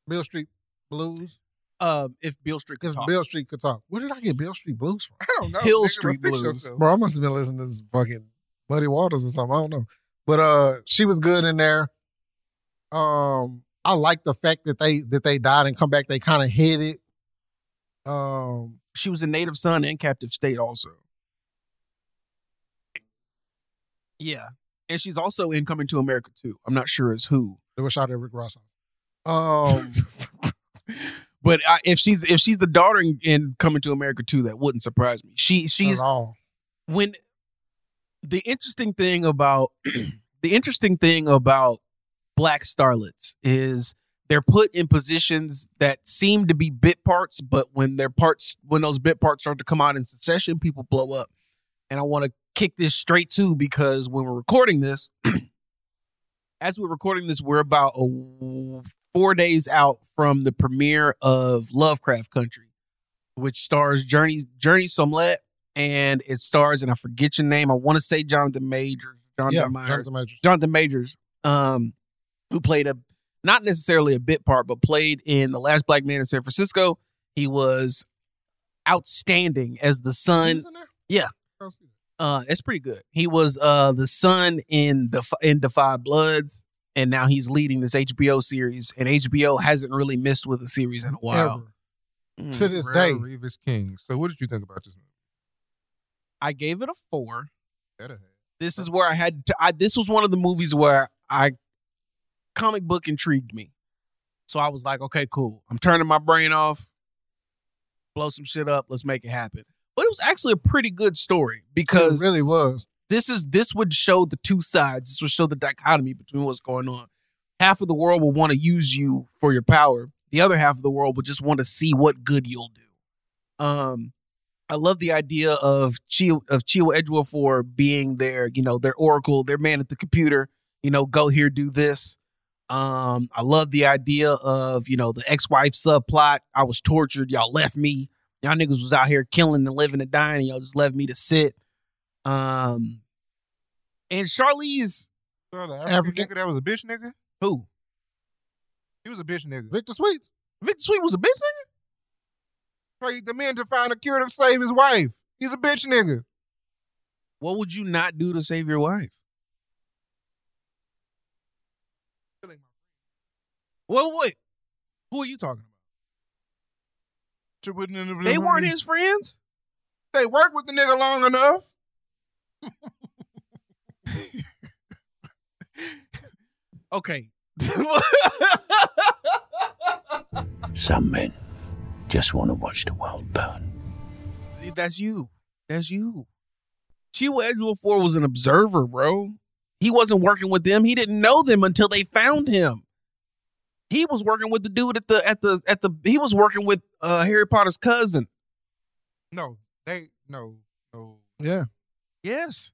Speaker 7: Bill Street Blues.
Speaker 6: Um, if Bill Street could
Speaker 7: Because
Speaker 6: talk.
Speaker 7: Bill Street could talk. Where did I get Bill Street Blues from?
Speaker 5: I don't know. Oh,
Speaker 6: Hill
Speaker 5: nigga, but
Speaker 6: Street
Speaker 5: fix
Speaker 6: Blues.
Speaker 5: yourself.
Speaker 7: Bro, I must have been listening to some fucking Buddy Waters or something. I don't know. But uh she was good in there. Um I like the fact that they that they died and come back, they kind of hid it. Um
Speaker 6: she was a native son in captive state also. Yeah. And she's also in Coming to America too. I'm not sure as who.
Speaker 7: they were shot at Rick Ross. Um
Speaker 6: But I, if she's if she's the daughter in, in Coming to America too, that wouldn't surprise me. She she's
Speaker 7: at all.
Speaker 6: when the interesting thing about [CLEARS THROAT] the interesting thing about black starlets is they're put in positions that seem to be bit parts, but when their parts when those bit parts start to come out in succession, people blow up. And I want to kick this straight to because when we're recording this, [CLEARS THROAT] as we're recording this, we're about a, four days out from the premiere of Lovecraft Country, which stars Journey Journey Somlet and it stars and I forget your name. I want to say Jonathan Majors, Jonathan
Speaker 7: yeah,
Speaker 6: Myers,
Speaker 7: Jonathan Majors.
Speaker 6: Jonathan Majors, um, who played a not necessarily a bit part, but played in The Last Black Man in San Francisco. He was outstanding as the son.
Speaker 7: He's in there?
Speaker 6: yeah.
Speaker 7: I don't see that.
Speaker 6: Uh, it's pretty good. He was uh the son in the in Defy Bloods, and now he's leading this HBO series. And HBO hasn't really missed with a series in a while.
Speaker 7: Ever.
Speaker 6: Mm.
Speaker 7: To this
Speaker 5: Rare
Speaker 7: day,
Speaker 5: Revis King. So what did you think about this movie?
Speaker 6: I gave it a four.
Speaker 5: Better have.
Speaker 6: This is where I had to. I, this was one of the movies where I comic book intrigued me, so I was like, okay, cool. I'm turning my brain off. Blow some shit up. Let's make it happen. But it was actually a pretty good story because
Speaker 7: it really was.
Speaker 6: this is this would show the two sides. This would show the dichotomy between what's going on. Half of the world will want to use you for your power. The other half of the world would just want to see what good you'll do. Um, I love the idea of Chi of Chiwa Edgewa for being their, you know, their oracle, their man at the computer. You know, go here, do this. Um, I love the idea of you know the ex-wife subplot. I was tortured. Y'all left me. Y'all niggas was out here killing and living and dying, and y'all just left me to sit. Um, and Charlize,
Speaker 5: Bro, the
Speaker 7: African-
Speaker 5: African nigga that was a bitch nigga.
Speaker 6: who
Speaker 5: He was a bitch nigga.
Speaker 7: Victor Sweets.
Speaker 6: Victor Sweet was a bitch nigga.
Speaker 5: Prayed the men to find a cure to save his wife. He's a bitch nigga.
Speaker 6: What would you not do to save your wife? Well, what? Who are you talking about? They
Speaker 7: Mm-hmm.
Speaker 6: weren't his friends.
Speaker 5: They worked with the nigga long enough.
Speaker 6: [LAUGHS]
Speaker 5: [LAUGHS]
Speaker 6: Okay. [LAUGHS]
Speaker 1: Some men just want to watch the world burn.
Speaker 6: That's you. That's you. Chiwa Edgewood Ford was an observer, bro. He wasn't working with them. He didn't know them until they found him. He was working with the dude at the at the at the. He was working with uh, Harry Potter's cousin.
Speaker 5: No, they no no.
Speaker 7: Yeah.
Speaker 6: Yes.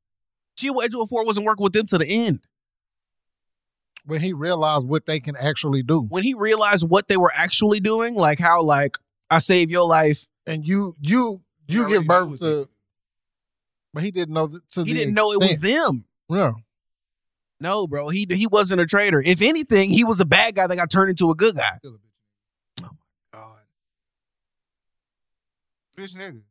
Speaker 6: Chiwa Edgewood Ford wasn't working with them to the end.
Speaker 7: When he realized what they can actually do.
Speaker 6: When he realized what they were actually doing, like how like I save your life,
Speaker 7: And you you you
Speaker 5: already
Speaker 7: give birth
Speaker 5: knew
Speaker 7: to but he didn't know that to
Speaker 6: he
Speaker 7: the
Speaker 6: didn't know it was
Speaker 7: extent.
Speaker 6: them.
Speaker 7: Yeah.
Speaker 6: No, bro, he he wasn't a traitor. If anything, he was a bad guy that got turned into a good guy.
Speaker 5: Still a bitch. Oh my god. Bitch nigga.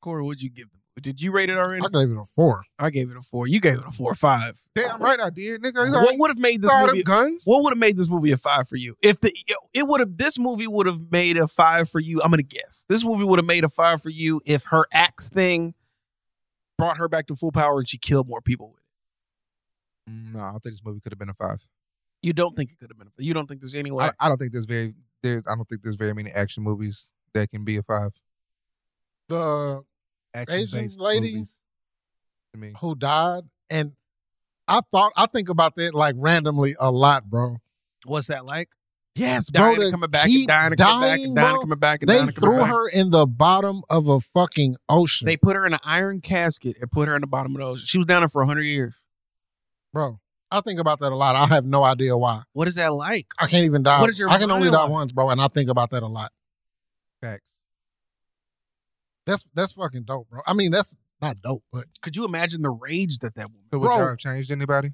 Speaker 6: Corey, would you give? Did you rate it already?
Speaker 7: I gave it a four.
Speaker 6: I gave it a four. You gave it a four or five.
Speaker 5: Damn right I did, nigga. He's
Speaker 6: What
Speaker 5: already
Speaker 6: would have made this
Speaker 5: started
Speaker 6: movie?
Speaker 5: guns.
Speaker 6: What would have made this movie a five for you? If the it would have this movie would have made a five for you. I'm gonna guess this movie would have made a five for you if her axe thing brought her back to full power and she killed more people with it.
Speaker 5: Mm, No, I think this movie could have been a five.
Speaker 6: You don't think it could have been? You don't think there's any way?
Speaker 5: I, I don't think there's very there's I don't think there's very many action movies that can be a five.
Speaker 7: The
Speaker 5: Action based
Speaker 7: lady?
Speaker 5: movies. To me.
Speaker 7: who died and I thought I think about that like randomly a lot, bro.
Speaker 6: What's that like?
Speaker 7: Yes,
Speaker 6: Dying
Speaker 7: bro.
Speaker 6: and
Speaker 7: they
Speaker 6: coming back, and
Speaker 7: keep
Speaker 6: dying and coming back, and dying
Speaker 7: bro.
Speaker 6: and coming back, and
Speaker 7: They
Speaker 6: dying and coming
Speaker 7: threw
Speaker 6: back.
Speaker 7: her in the bottom of a fucking ocean,
Speaker 6: They put her in an iron casket and put her in the bottom of the ocean. She was down there for hundred years.
Speaker 7: bro. I think about that a lot. I have no idea why.
Speaker 6: What is that like?
Speaker 7: I can't even die.
Speaker 6: What is your
Speaker 7: I can only
Speaker 6: mind
Speaker 7: die
Speaker 6: like?
Speaker 7: once, bro, and I think about that a lot.
Speaker 5: Facts.
Speaker 7: That's that's fucking dope, bro. I mean, that's not dope, but
Speaker 6: Could you imagine the rage that that woman?
Speaker 5: So would
Speaker 7: Bro.
Speaker 5: y'all have changed anybody?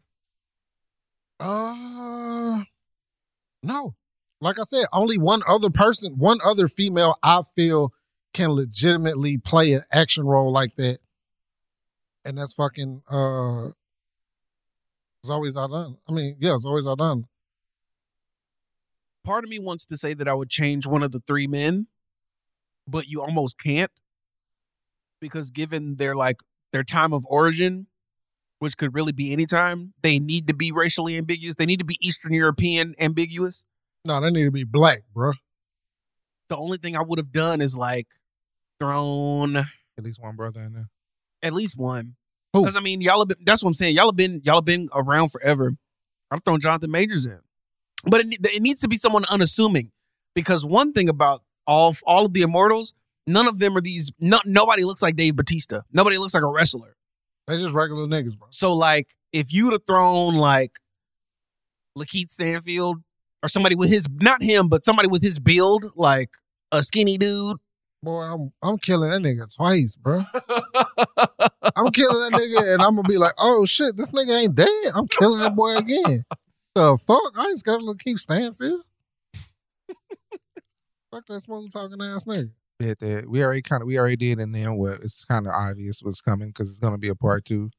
Speaker 7: uh no. Like I said, only one other person, one other female I feel can legitimately play an action role like that. And that's fucking uh Zoe Zaldana. I mean, yeah, Zoe Zaldana.
Speaker 6: part of me wants to say that I would change one of the three men, but you almost can't because given their like their time of origin, which could really be any time, they need to be racially ambiguous. They need to be Eastern European ambiguous.
Speaker 7: No, they need to be black, bro.
Speaker 6: The only thing I would have done is like thrown
Speaker 5: At least one brother in there.
Speaker 6: at least one.
Speaker 7: Who?
Speaker 6: Because I mean, y'all have been, that's what I'm saying. Y'all have been y'all have been around forever. I've thrown Jonathan Majors in, but it, ne- it needs to be someone unassuming. Because one thing about all all of the immortals, none of them are these. No, nobody looks like Dave Batista. Nobody looks like a wrestler.
Speaker 7: They just regular niggas, bro.
Speaker 6: So like, if you'd have thrown like Lakeith Stanfield or somebody with his not him, but somebody with his build, like a skinny dude
Speaker 7: Boy, I'm I'm killing that nigga twice, bro. I'm killing that nigga, and I'm gonna be like, oh shit, this nigga ain't dead. I'm killing that boy again. The fuck? I ain't scared of little Keith Stanfield. fuck that smooth talking ass nigga.
Speaker 5: Did that. We already kind of we already did, and then what? It's kind of obvious what's coming because it's gonna be a part two.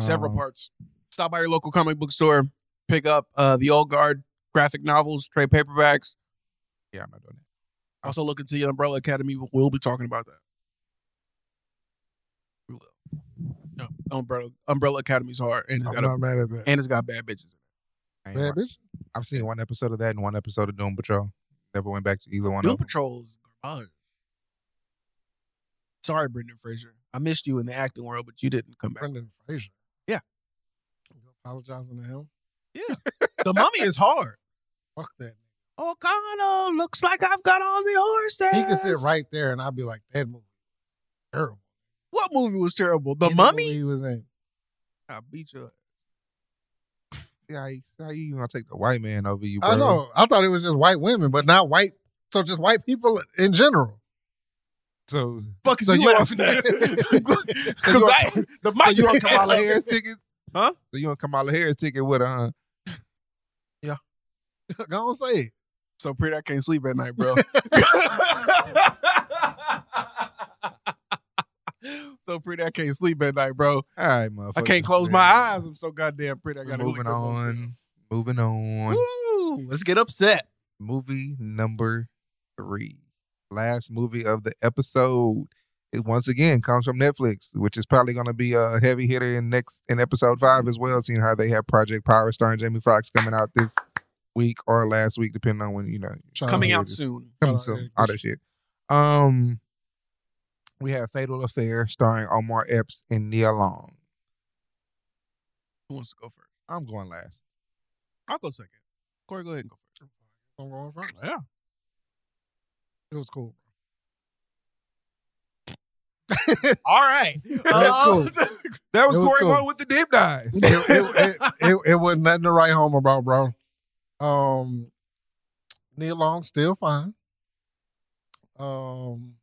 Speaker 6: Several
Speaker 5: Um,
Speaker 6: parts. Stop by your local comic book store, pick up uh, the Old Guard graphic novels, trade paperbacks.
Speaker 5: Yeah, I'm not doing that.
Speaker 6: Also, look into the Umbrella Academy. We'll be talking about that. We will. No, Umbrella Umbrella Academy's hard, and it's
Speaker 7: I'm
Speaker 6: got a,
Speaker 7: not mad at that.
Speaker 6: and it's got bad bitches.
Speaker 5: I ain't
Speaker 7: Bad
Speaker 5: wa-
Speaker 7: bitch.
Speaker 5: I've seen one episode of that and one episode of Doom Patrol. Never went back to either one.
Speaker 6: Doom
Speaker 5: of them.
Speaker 6: Patrol's garbage. Sorry, Brendan Fraser. I missed you in the acting world, but you didn't come back.
Speaker 7: Brendan Fraser.
Speaker 6: Yeah.
Speaker 7: You apologizing to him?
Speaker 6: the Mummy
Speaker 7: [LAUGHS]
Speaker 6: is hard.
Speaker 7: Fuck that.
Speaker 6: O'Connell looks like I've got all the horses.
Speaker 7: He can sit right there, and I'd be like, that movie. Terrible.
Speaker 6: What movie was terrible? The
Speaker 7: Any
Speaker 6: Mummy.
Speaker 7: movie He was in.
Speaker 6: I beat [LAUGHS] you. Up.
Speaker 5: Yeah, how you, how you gonna take the white man over you? Bro?
Speaker 7: I know. I thought it was just white women, but not white. So just white people in general.
Speaker 5: So,
Speaker 6: Fuck is
Speaker 5: So
Speaker 6: you
Speaker 5: you are-
Speaker 6: laughing at?
Speaker 5: [LAUGHS] So
Speaker 6: Because
Speaker 5: you are-
Speaker 6: I [LAUGHS] the mic.
Speaker 5: so you on Kamala Harris ticket?
Speaker 6: [LAUGHS] Huh?
Speaker 5: So you on Kamala Harris ticket with uh?
Speaker 7: Go on, say it.
Speaker 6: So pretty, I can't sleep at night, bro. [LAUGHS] so pretty, I can't sleep at night, bro.
Speaker 5: All right, motherfucker.
Speaker 6: I can't close my eyes. I'm so goddamn pretty. I
Speaker 5: We're
Speaker 6: gotta
Speaker 5: moving
Speaker 6: wake up
Speaker 5: on. Moving on.
Speaker 6: Ooh, let's get upset.
Speaker 5: Movie number three. Last movie of the episode. It once again comes from Netflix, which is probably gonna be a heavy hitter in next in episode five as well, seeing how they have Project Power starring Jamie Foxx coming out this week or last week, depending on when you know
Speaker 7: Shout
Speaker 6: Coming
Speaker 5: here
Speaker 6: out
Speaker 5: it is.
Speaker 6: soon.
Speaker 5: coming
Speaker 7: Shout out
Speaker 5: soon. Oh,
Speaker 7: Eric
Speaker 5: All that shit. Um, we have Fatal Affair starring Omar Epps and Nia Long.
Speaker 6: Who wants to go first?
Speaker 5: I'm going last.
Speaker 6: I'll go second. Corey, go ahead and go first.
Speaker 7: I'm going from.
Speaker 6: Yeah.
Speaker 7: It was cool.
Speaker 6: [LAUGHS] All right. Um, [LAUGHS]
Speaker 7: That's
Speaker 6: cool.
Speaker 5: That was,
Speaker 7: It was
Speaker 5: Corey
Speaker 7: cool.
Speaker 5: Martin with the deep dive.
Speaker 7: It, it, it, it, it wasn't nothing to write home about, bro. Um, Neil Long still fine. Um,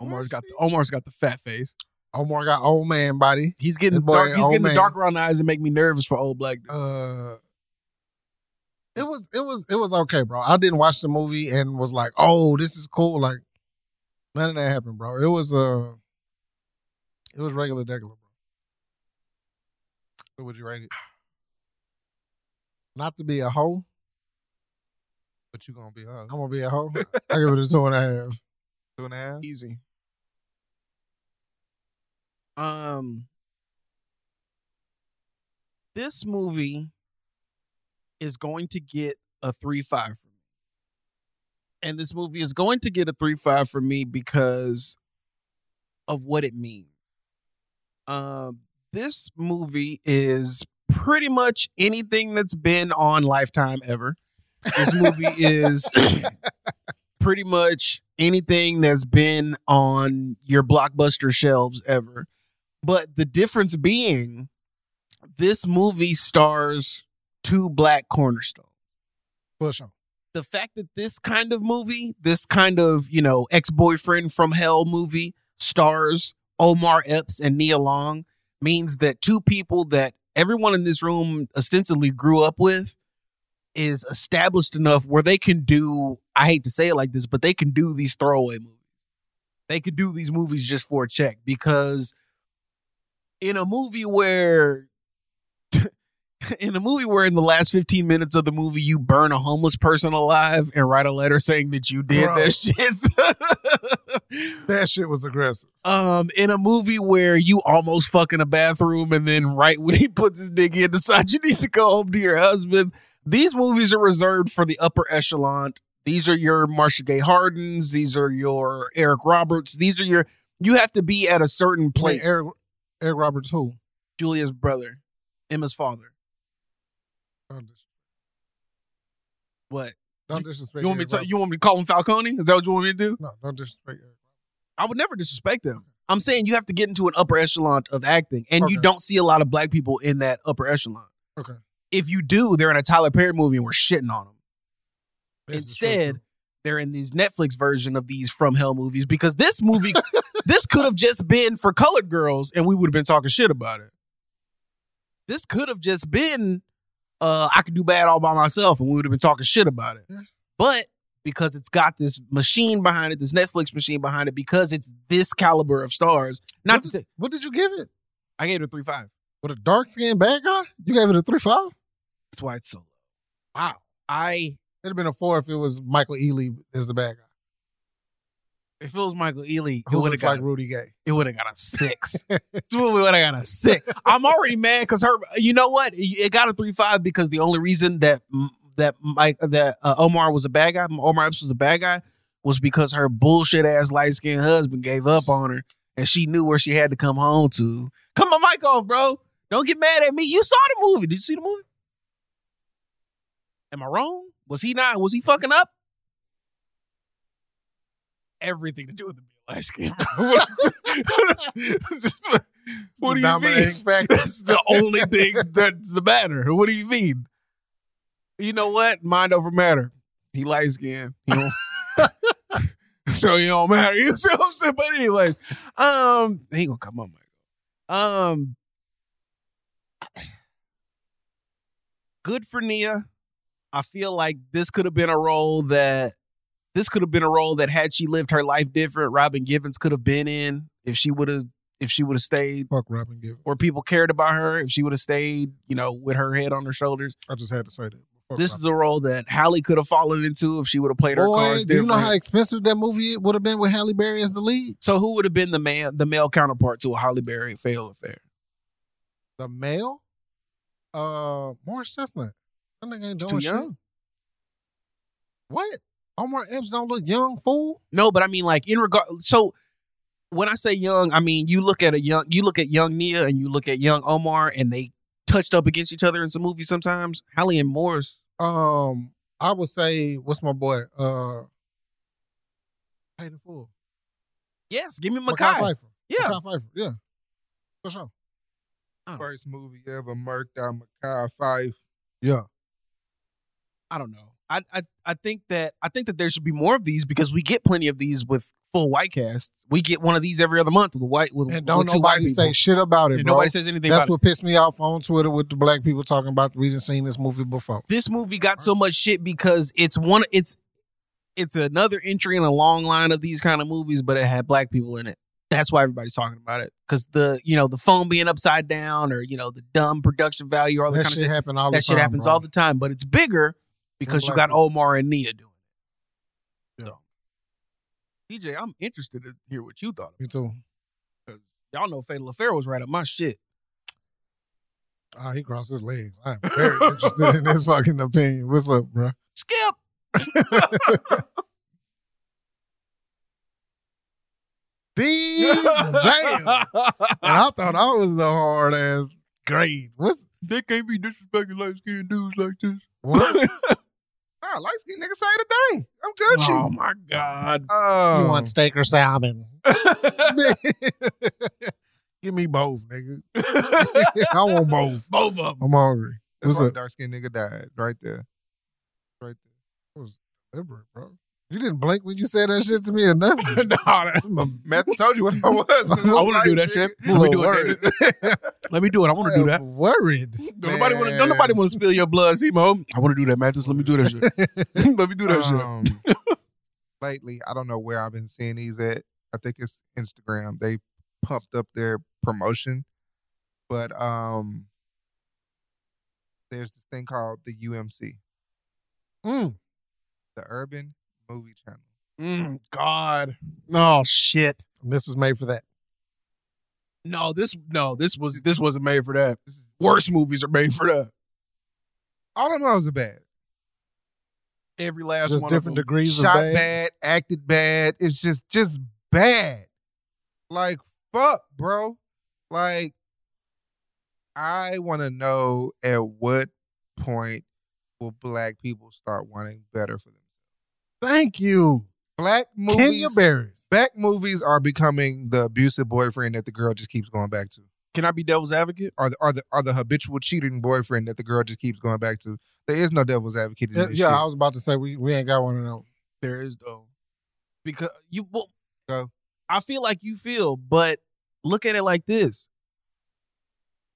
Speaker 6: Omar's got the Omar's got the fat face.
Speaker 7: Omar got old man body.
Speaker 6: He's getting
Speaker 7: That boy
Speaker 6: dark. He's
Speaker 7: old
Speaker 6: getting the
Speaker 7: man.
Speaker 6: dark around the eyes and make me nervous for old black dude.
Speaker 7: Uh, it was it was it was okay, bro. I didn't watch the movie and was like, oh, this is cool. Like none of that happened, bro. It was uh, it was regular degular, bro.
Speaker 5: So would you rate it?
Speaker 7: Not to be a hoe.
Speaker 5: But you gonna be
Speaker 7: I'm
Speaker 5: hug.
Speaker 7: gonna be a hoe. I give it a two and a half.
Speaker 5: Two and a half.
Speaker 6: Easy. Um, this movie is going to get a three five from me, and this movie is going to get a three five from me because of what it means. Um, this movie is pretty much anything that's been on Lifetime ever. This movie is pretty much anything that's been on your blockbuster shelves ever. But the difference being, this movie stars two black cornerstones.
Speaker 7: For sure.
Speaker 6: The fact that this kind of movie, this kind of, you know, ex boyfriend from hell movie stars Omar Epps and Nia Long means that two people that everyone in this room ostensibly grew up with is established enough where they can do I hate to say it like this, but they can do these throwaway movies. They could do these movies just for a check because in a movie where in a movie where in the last 15 minutes of the movie you burn a homeless person alive and write a letter saying that you did
Speaker 7: Bro.
Speaker 6: that shit.
Speaker 7: [LAUGHS]
Speaker 6: [LAUGHS]
Speaker 7: That shit was aggressive.
Speaker 6: um in a movie where you almost fuck in a bathroom and then right when he puts his dick in decides you need to go home to your husband these movies are reserved for the upper echelon these are your marsha gay hardens these are your eric roberts these are your you have to be at a certain
Speaker 7: Play
Speaker 6: place
Speaker 7: Eric Eric Roberts who?
Speaker 6: julia's brother emma's father
Speaker 7: Don't dis-
Speaker 6: what
Speaker 7: don't disrespect.
Speaker 6: you want me
Speaker 7: Eric
Speaker 6: to
Speaker 7: Roberts.
Speaker 6: you want me to call him falcone is that what you want me to do
Speaker 7: No, don't disrespect. Eric.
Speaker 6: i would never disrespect them i'm saying you have to get into an upper echelon of acting and you
Speaker 7: Okay.
Speaker 6: don't see a lot of black people in that upper echelon
Speaker 7: Okay.
Speaker 6: if you do, they're in a Tyler Perry movie and we're shitting on them.
Speaker 7: This is true,
Speaker 6: Instead,
Speaker 7: too.
Speaker 6: they're in these Netflix version of these from hell movies because this
Speaker 7: [LAUGHS]
Speaker 6: movie, this could have just been for colored girls and we would have been talking shit about it. This could have just been, uh, I could do bad all by myself and we would have been talking shit about it. But because it's got this machine behind it, this Netflix machine behind it, because it's this caliber of stars. Not to say
Speaker 7: What did you give it?
Speaker 6: I gave it a three five.
Speaker 7: With a dark skinned bad guy? You gave it a three five?
Speaker 6: That's why it's so low. Wow. I
Speaker 7: It'd have been a four if it was Michael Ealy as the bad guy.
Speaker 6: if it was Michael Ealy, it
Speaker 7: Who
Speaker 6: would have
Speaker 7: looks
Speaker 6: got
Speaker 7: like Rudy Gay.
Speaker 6: it would have got a six. It's what we would have got a six. I'm already mad because her. You know what? It got a three five because the only reason that that Mike that uh, Omar was a bad guy, Omar Epps was a bad guy, was because her bullshit ass light skinned husband gave up on her, and she knew where she had to come home to. Come on, mic off, bro. Don't get mad at me. You saw the movie. Did you see the movie? Am I wrong? Was he not? Was he fucking up? Everything to do with the light skin. [LAUGHS] what do you mean?
Speaker 7: Dominating factor.
Speaker 6: That's the only thing that's the matter. What do you mean? You know what? Mind over matter. He light skinned. You know? so you don't matter. [LAUGHS] You see what I'm saying? But anyways, um, he ain't gonna come up, Michael. Um good for Nia. I feel like this could have been a role that this could have been a role that had she lived her life different, Robin Givens could have been in if she would have if she would have stayed
Speaker 7: Fuck Robin Givens.
Speaker 6: or people cared about her if she would have stayed, you know, with her head on her shoulders.
Speaker 7: I just had to say that. Fuck
Speaker 6: This
Speaker 7: Robin.
Speaker 6: is a role that Hallie could have fallen into if she would have played her
Speaker 7: Boy,
Speaker 6: cards
Speaker 7: do you
Speaker 6: different.
Speaker 7: know how expensive that movie would have been with Halle Berry as the lead?
Speaker 6: so who would have been the man, the male counterpart to a Holly Berry fail affair?
Speaker 7: The male? Uh, Morris Chestnut. That nigga ain't
Speaker 6: He's
Speaker 7: doing
Speaker 6: too
Speaker 7: shit.
Speaker 6: young.
Speaker 7: What? Omar Epps don't look young, fool.
Speaker 6: No, but I mean like in regard. So when I say young, I mean you look at a young, you look at young Nia and you look at young Omar, and they touched up against each other in some movies sometimes. Hallie and Morris.
Speaker 7: Um, I would say, what's my boy? Uh, Peyton Fool.
Speaker 6: Yes, give me
Speaker 7: Mackay
Speaker 6: Makai.
Speaker 7: Pfeiffer.
Speaker 6: Yeah.
Speaker 7: Mackay Pfeiffer. Yeah. For sure.
Speaker 5: First movie ever marked out Makai Five.
Speaker 6: I don't know. I, I I think that I think that there should be more of these because we get plenty of these with full white casts. We get one of these every other month with a white with
Speaker 7: And don't
Speaker 6: with two white
Speaker 7: nobody say
Speaker 6: people.
Speaker 7: shit about it,
Speaker 6: And
Speaker 7: bro.
Speaker 6: nobody says anything
Speaker 7: That's
Speaker 6: about it.
Speaker 7: what pissed me off on Twitter with the black people talking about we didn't seen this movie before.
Speaker 6: This movie got so much shit because it's one it's it's another entry in a long line of these kind of movies, but it had black people in it. That's why everybody's talking about it because the you know the phone being upside down or you know the dumb production value all that,
Speaker 7: That
Speaker 6: kind of
Speaker 7: shit
Speaker 6: shit.
Speaker 7: happen all the time.
Speaker 6: That shit happens
Speaker 7: bro.
Speaker 6: all the time, but it's bigger because you
Speaker 7: black
Speaker 6: got Omar and Nia doing it. So, DJ, I'm interested to hear what you thought
Speaker 7: Me too.
Speaker 6: because y'all know Fatal Affair was right up my shit.
Speaker 7: Ah, he crossed his legs. I am very interested in his [LAUGHS] fucking opinion. What's up, bro? [LAUGHS]
Speaker 6: Skip.
Speaker 7: D
Speaker 6: [LAUGHS]
Speaker 7: damn. And I thought I was the hard ass grade. What's
Speaker 6: They can't be disrespecting light skinned dudes like this.
Speaker 5: [LAUGHS]
Speaker 7: what?
Speaker 5: Ah, light skin nigga say the day. I'm good with
Speaker 6: Oh
Speaker 5: you.
Speaker 6: my god.
Speaker 5: Oh,
Speaker 7: you want steak or salmon? [LAUGHS] Give me both, nigga. [LAUGHS] I want both.
Speaker 6: Both of them.
Speaker 7: I'm hungry.
Speaker 5: that's
Speaker 7: What's
Speaker 5: why
Speaker 7: up?
Speaker 5: dark skin nigga died right there. Right there.
Speaker 7: Deliberate, bro. You didn't blink when you said that shit to
Speaker 6: [LAUGHS]
Speaker 7: me or nothing.
Speaker 5: Matt told you what
Speaker 7: [LAUGHS]
Speaker 5: I was.
Speaker 7: I
Speaker 6: I want to do that shit. Let me do it. nigga. [LAUGHS] Let me do it. I
Speaker 7: [LAUGHS]
Speaker 6: want to do that. [LAUGHS]
Speaker 7: Worried.
Speaker 6: Don't nobody want to. Don't nobody want to spill your blood, Simo. I want to do that, Mathis. Let me do that
Speaker 7: [LAUGHS]
Speaker 6: shit. [LAUGHS] Let me do that shit.
Speaker 5: Um,
Speaker 6: [LAUGHS]
Speaker 5: lately, I don't know where I've been seeing these at. I think it's Instagram. They pumped up their promotion, but um, there's this thing called the UMC,
Speaker 7: Mm.
Speaker 5: the Urban Movie Channel.
Speaker 6: Mm, God. Oh shit.
Speaker 7: This was made for that.
Speaker 6: No, this no, this was this wasn't made for that. Worst movies are made for that.
Speaker 5: All them hoes are bad.
Speaker 6: Every last
Speaker 7: Just
Speaker 6: one
Speaker 7: different
Speaker 6: of them.
Speaker 7: degrees
Speaker 5: Shot
Speaker 7: of
Speaker 5: bad.
Speaker 7: bad.
Speaker 5: acted bad. It's just just bad. Like fuck, bro. Like I want to know at what point will black people start wanting better for them.
Speaker 7: Thank you.
Speaker 5: Black
Speaker 7: Kenya
Speaker 5: movies,
Speaker 7: Berries.
Speaker 5: black movies are becoming the abusive boyfriend that the girl just keeps going back to,
Speaker 6: Can I be devil's advocate?
Speaker 5: or the or the or the habitual cheating boyfriend that the girl just keeps going back to. There is no devil's advocate in
Speaker 7: Yeah,
Speaker 5: this
Speaker 7: yeah, I
Speaker 5: shit.
Speaker 7: was about to say we, we ain't got one of them.
Speaker 6: There is though, because you well,
Speaker 5: Go.
Speaker 6: I feel like you feel, but look at it like this: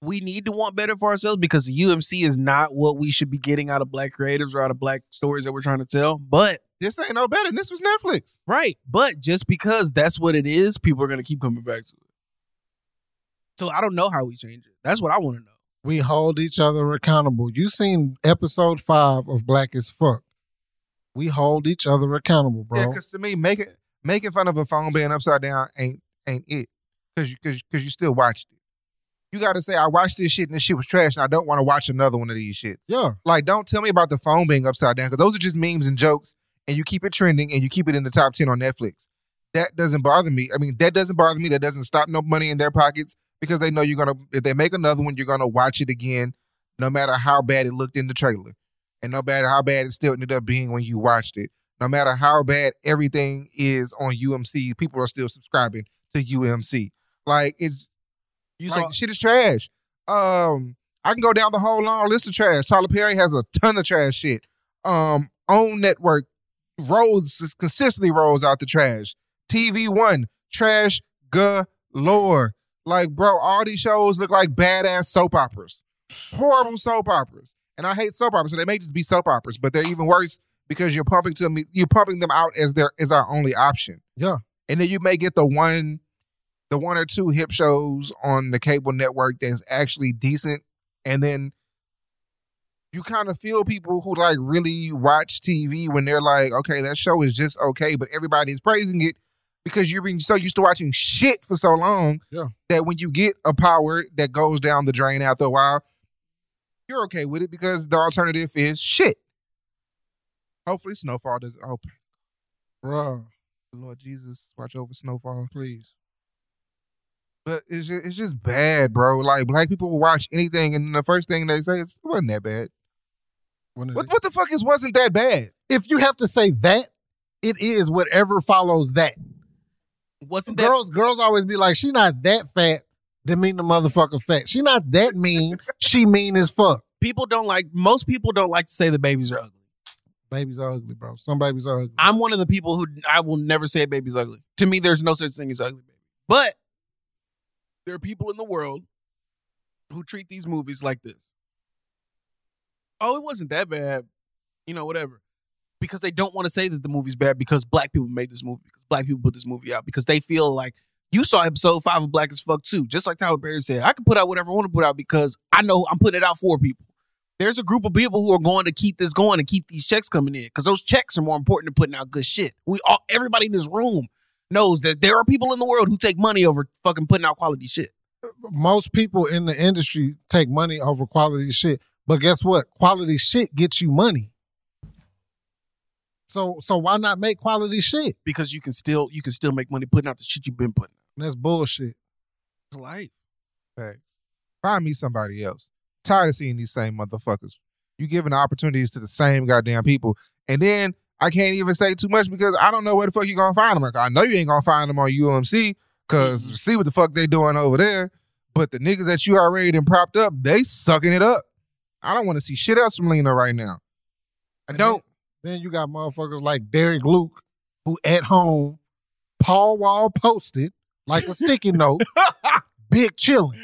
Speaker 6: we need to want better for ourselves because the UMC is not what we should be getting out of Black creatives or out of Black stories that we're trying to tell. But
Speaker 5: This ain't no better. This was Netflix.
Speaker 6: right, but just because that's what it is, people are gonna keep coming back to it. So I don't know how we change it. That's what I want to know.
Speaker 7: We hold each other accountable. You seen episode five of Black as Fuck. We hold each other accountable, bro.
Speaker 5: Yeah, because to me, making making fun of a phone being upside down ain't ain't it. Cause you cause, cause you still watched it. You gotta say, I watched this shit and this shit was trash, and I don't want to watch another one of these shits.
Speaker 7: yeah.
Speaker 5: Like, don't tell me about the phone being upside down, because those are just memes and jokes, and you keep it trending and you keep it in the top 10 on Netflix. That doesn't bother me. I mean, that doesn't bother me. That doesn't stop no money in their pockets because they know you're gonna if they make another one, you're gonna watch it again, no matter how bad it looked in the trailer. And no matter how bad it still ended up being when you watched it. No matter how bad everything is on UMC, people are still subscribing to UMC. Like it
Speaker 6: You
Speaker 5: like, shit is trash. Um, I can go down the whole long list of trash. Tyler Perry has a ton of trash shit. Um, on network, Rhodes is consistently rolls out the trash. TV One, trash galore. Like, bro, all these shows look like badass soap operas. Horrible soap operas. And I hate soap operas, so they may just be soap operas, but they're even worse because you're pumping to me, you're pumping them out as their as our only option.
Speaker 7: Yeah.
Speaker 5: And then you may get the one the one or two hip shows on the cable network that's actually decent and then you kind of feel people who like really watch TV when they're like, okay, that show is just okay, but everybody's praising it because you've been so used to watching shit for so long
Speaker 7: Yeah.
Speaker 5: that when you get a power that goes down the drain after a while, you're okay with it because the alternative is shit. Hopefully, Snowfall doesn't. Oh,
Speaker 7: Bro,
Speaker 5: Lord Jesus, watch over Snowfall.
Speaker 7: please.
Speaker 5: But it's just, it's just bad, bro. Like black people will watch anything, and the first thing they say is, "It wasn't that bad."
Speaker 7: When is
Speaker 5: What
Speaker 7: it?
Speaker 5: what the fuck is wasn't that bad?
Speaker 7: If you have to say that, it is whatever follows that.
Speaker 6: wasn't that
Speaker 7: girls girls always be like, she not that fat to mean the motherfucker fat. She not
Speaker 5: [LAUGHS]
Speaker 7: that mean. she mean as fuck.
Speaker 6: people don't like most people don't like to say the babies are ugly.
Speaker 7: Babies are ugly, bro. Some babies are ugly.
Speaker 6: I'm one of the people who I will never say a baby's ugly. To me, there's no such thing as ugly baby. But there are people in the world who treat these movies like this. Oh, it wasn't that bad. You know, whatever. Because they don't want to say that the movie's bad because black people made this movie, because black people put this movie out, because they feel like you saw episode five of Black as Fuck too. Just like Tyler Perry said, I can put out whatever I want to put out because I know I'm putting it out for people there's a group of people who are going to keep this going and keep these checks coming in because those checks are more important than putting out good shit. We all, everybody in this room knows that there are people in the world who take money over fucking putting out quality shit.
Speaker 7: Most people in the industry take money over quality shit. But guess what? Quality shit gets you money. So so why not make quality shit?
Speaker 6: Because you can still, you can still make money putting out the shit you've been putting. out.
Speaker 7: That's bullshit.
Speaker 6: It's life.
Speaker 5: Facts. Find me somebody else. Tired of seeing these same motherfuckers. You giving opportunities to the same goddamn people, and then I can't even say too much because I don't know where the fuck you gonna find them. Like I know you ain't gonna find them on UMC because see what the fuck they doing over there. But the niggas that you already done propped up, they sucking it up. I don't want to see shit else from Lena right now. I
Speaker 7: And
Speaker 5: don't.
Speaker 7: Then you got motherfuckers like Derek Luke, who at home, Paul Wall posted like a sticky
Speaker 6: [LAUGHS]
Speaker 7: note, big chilling.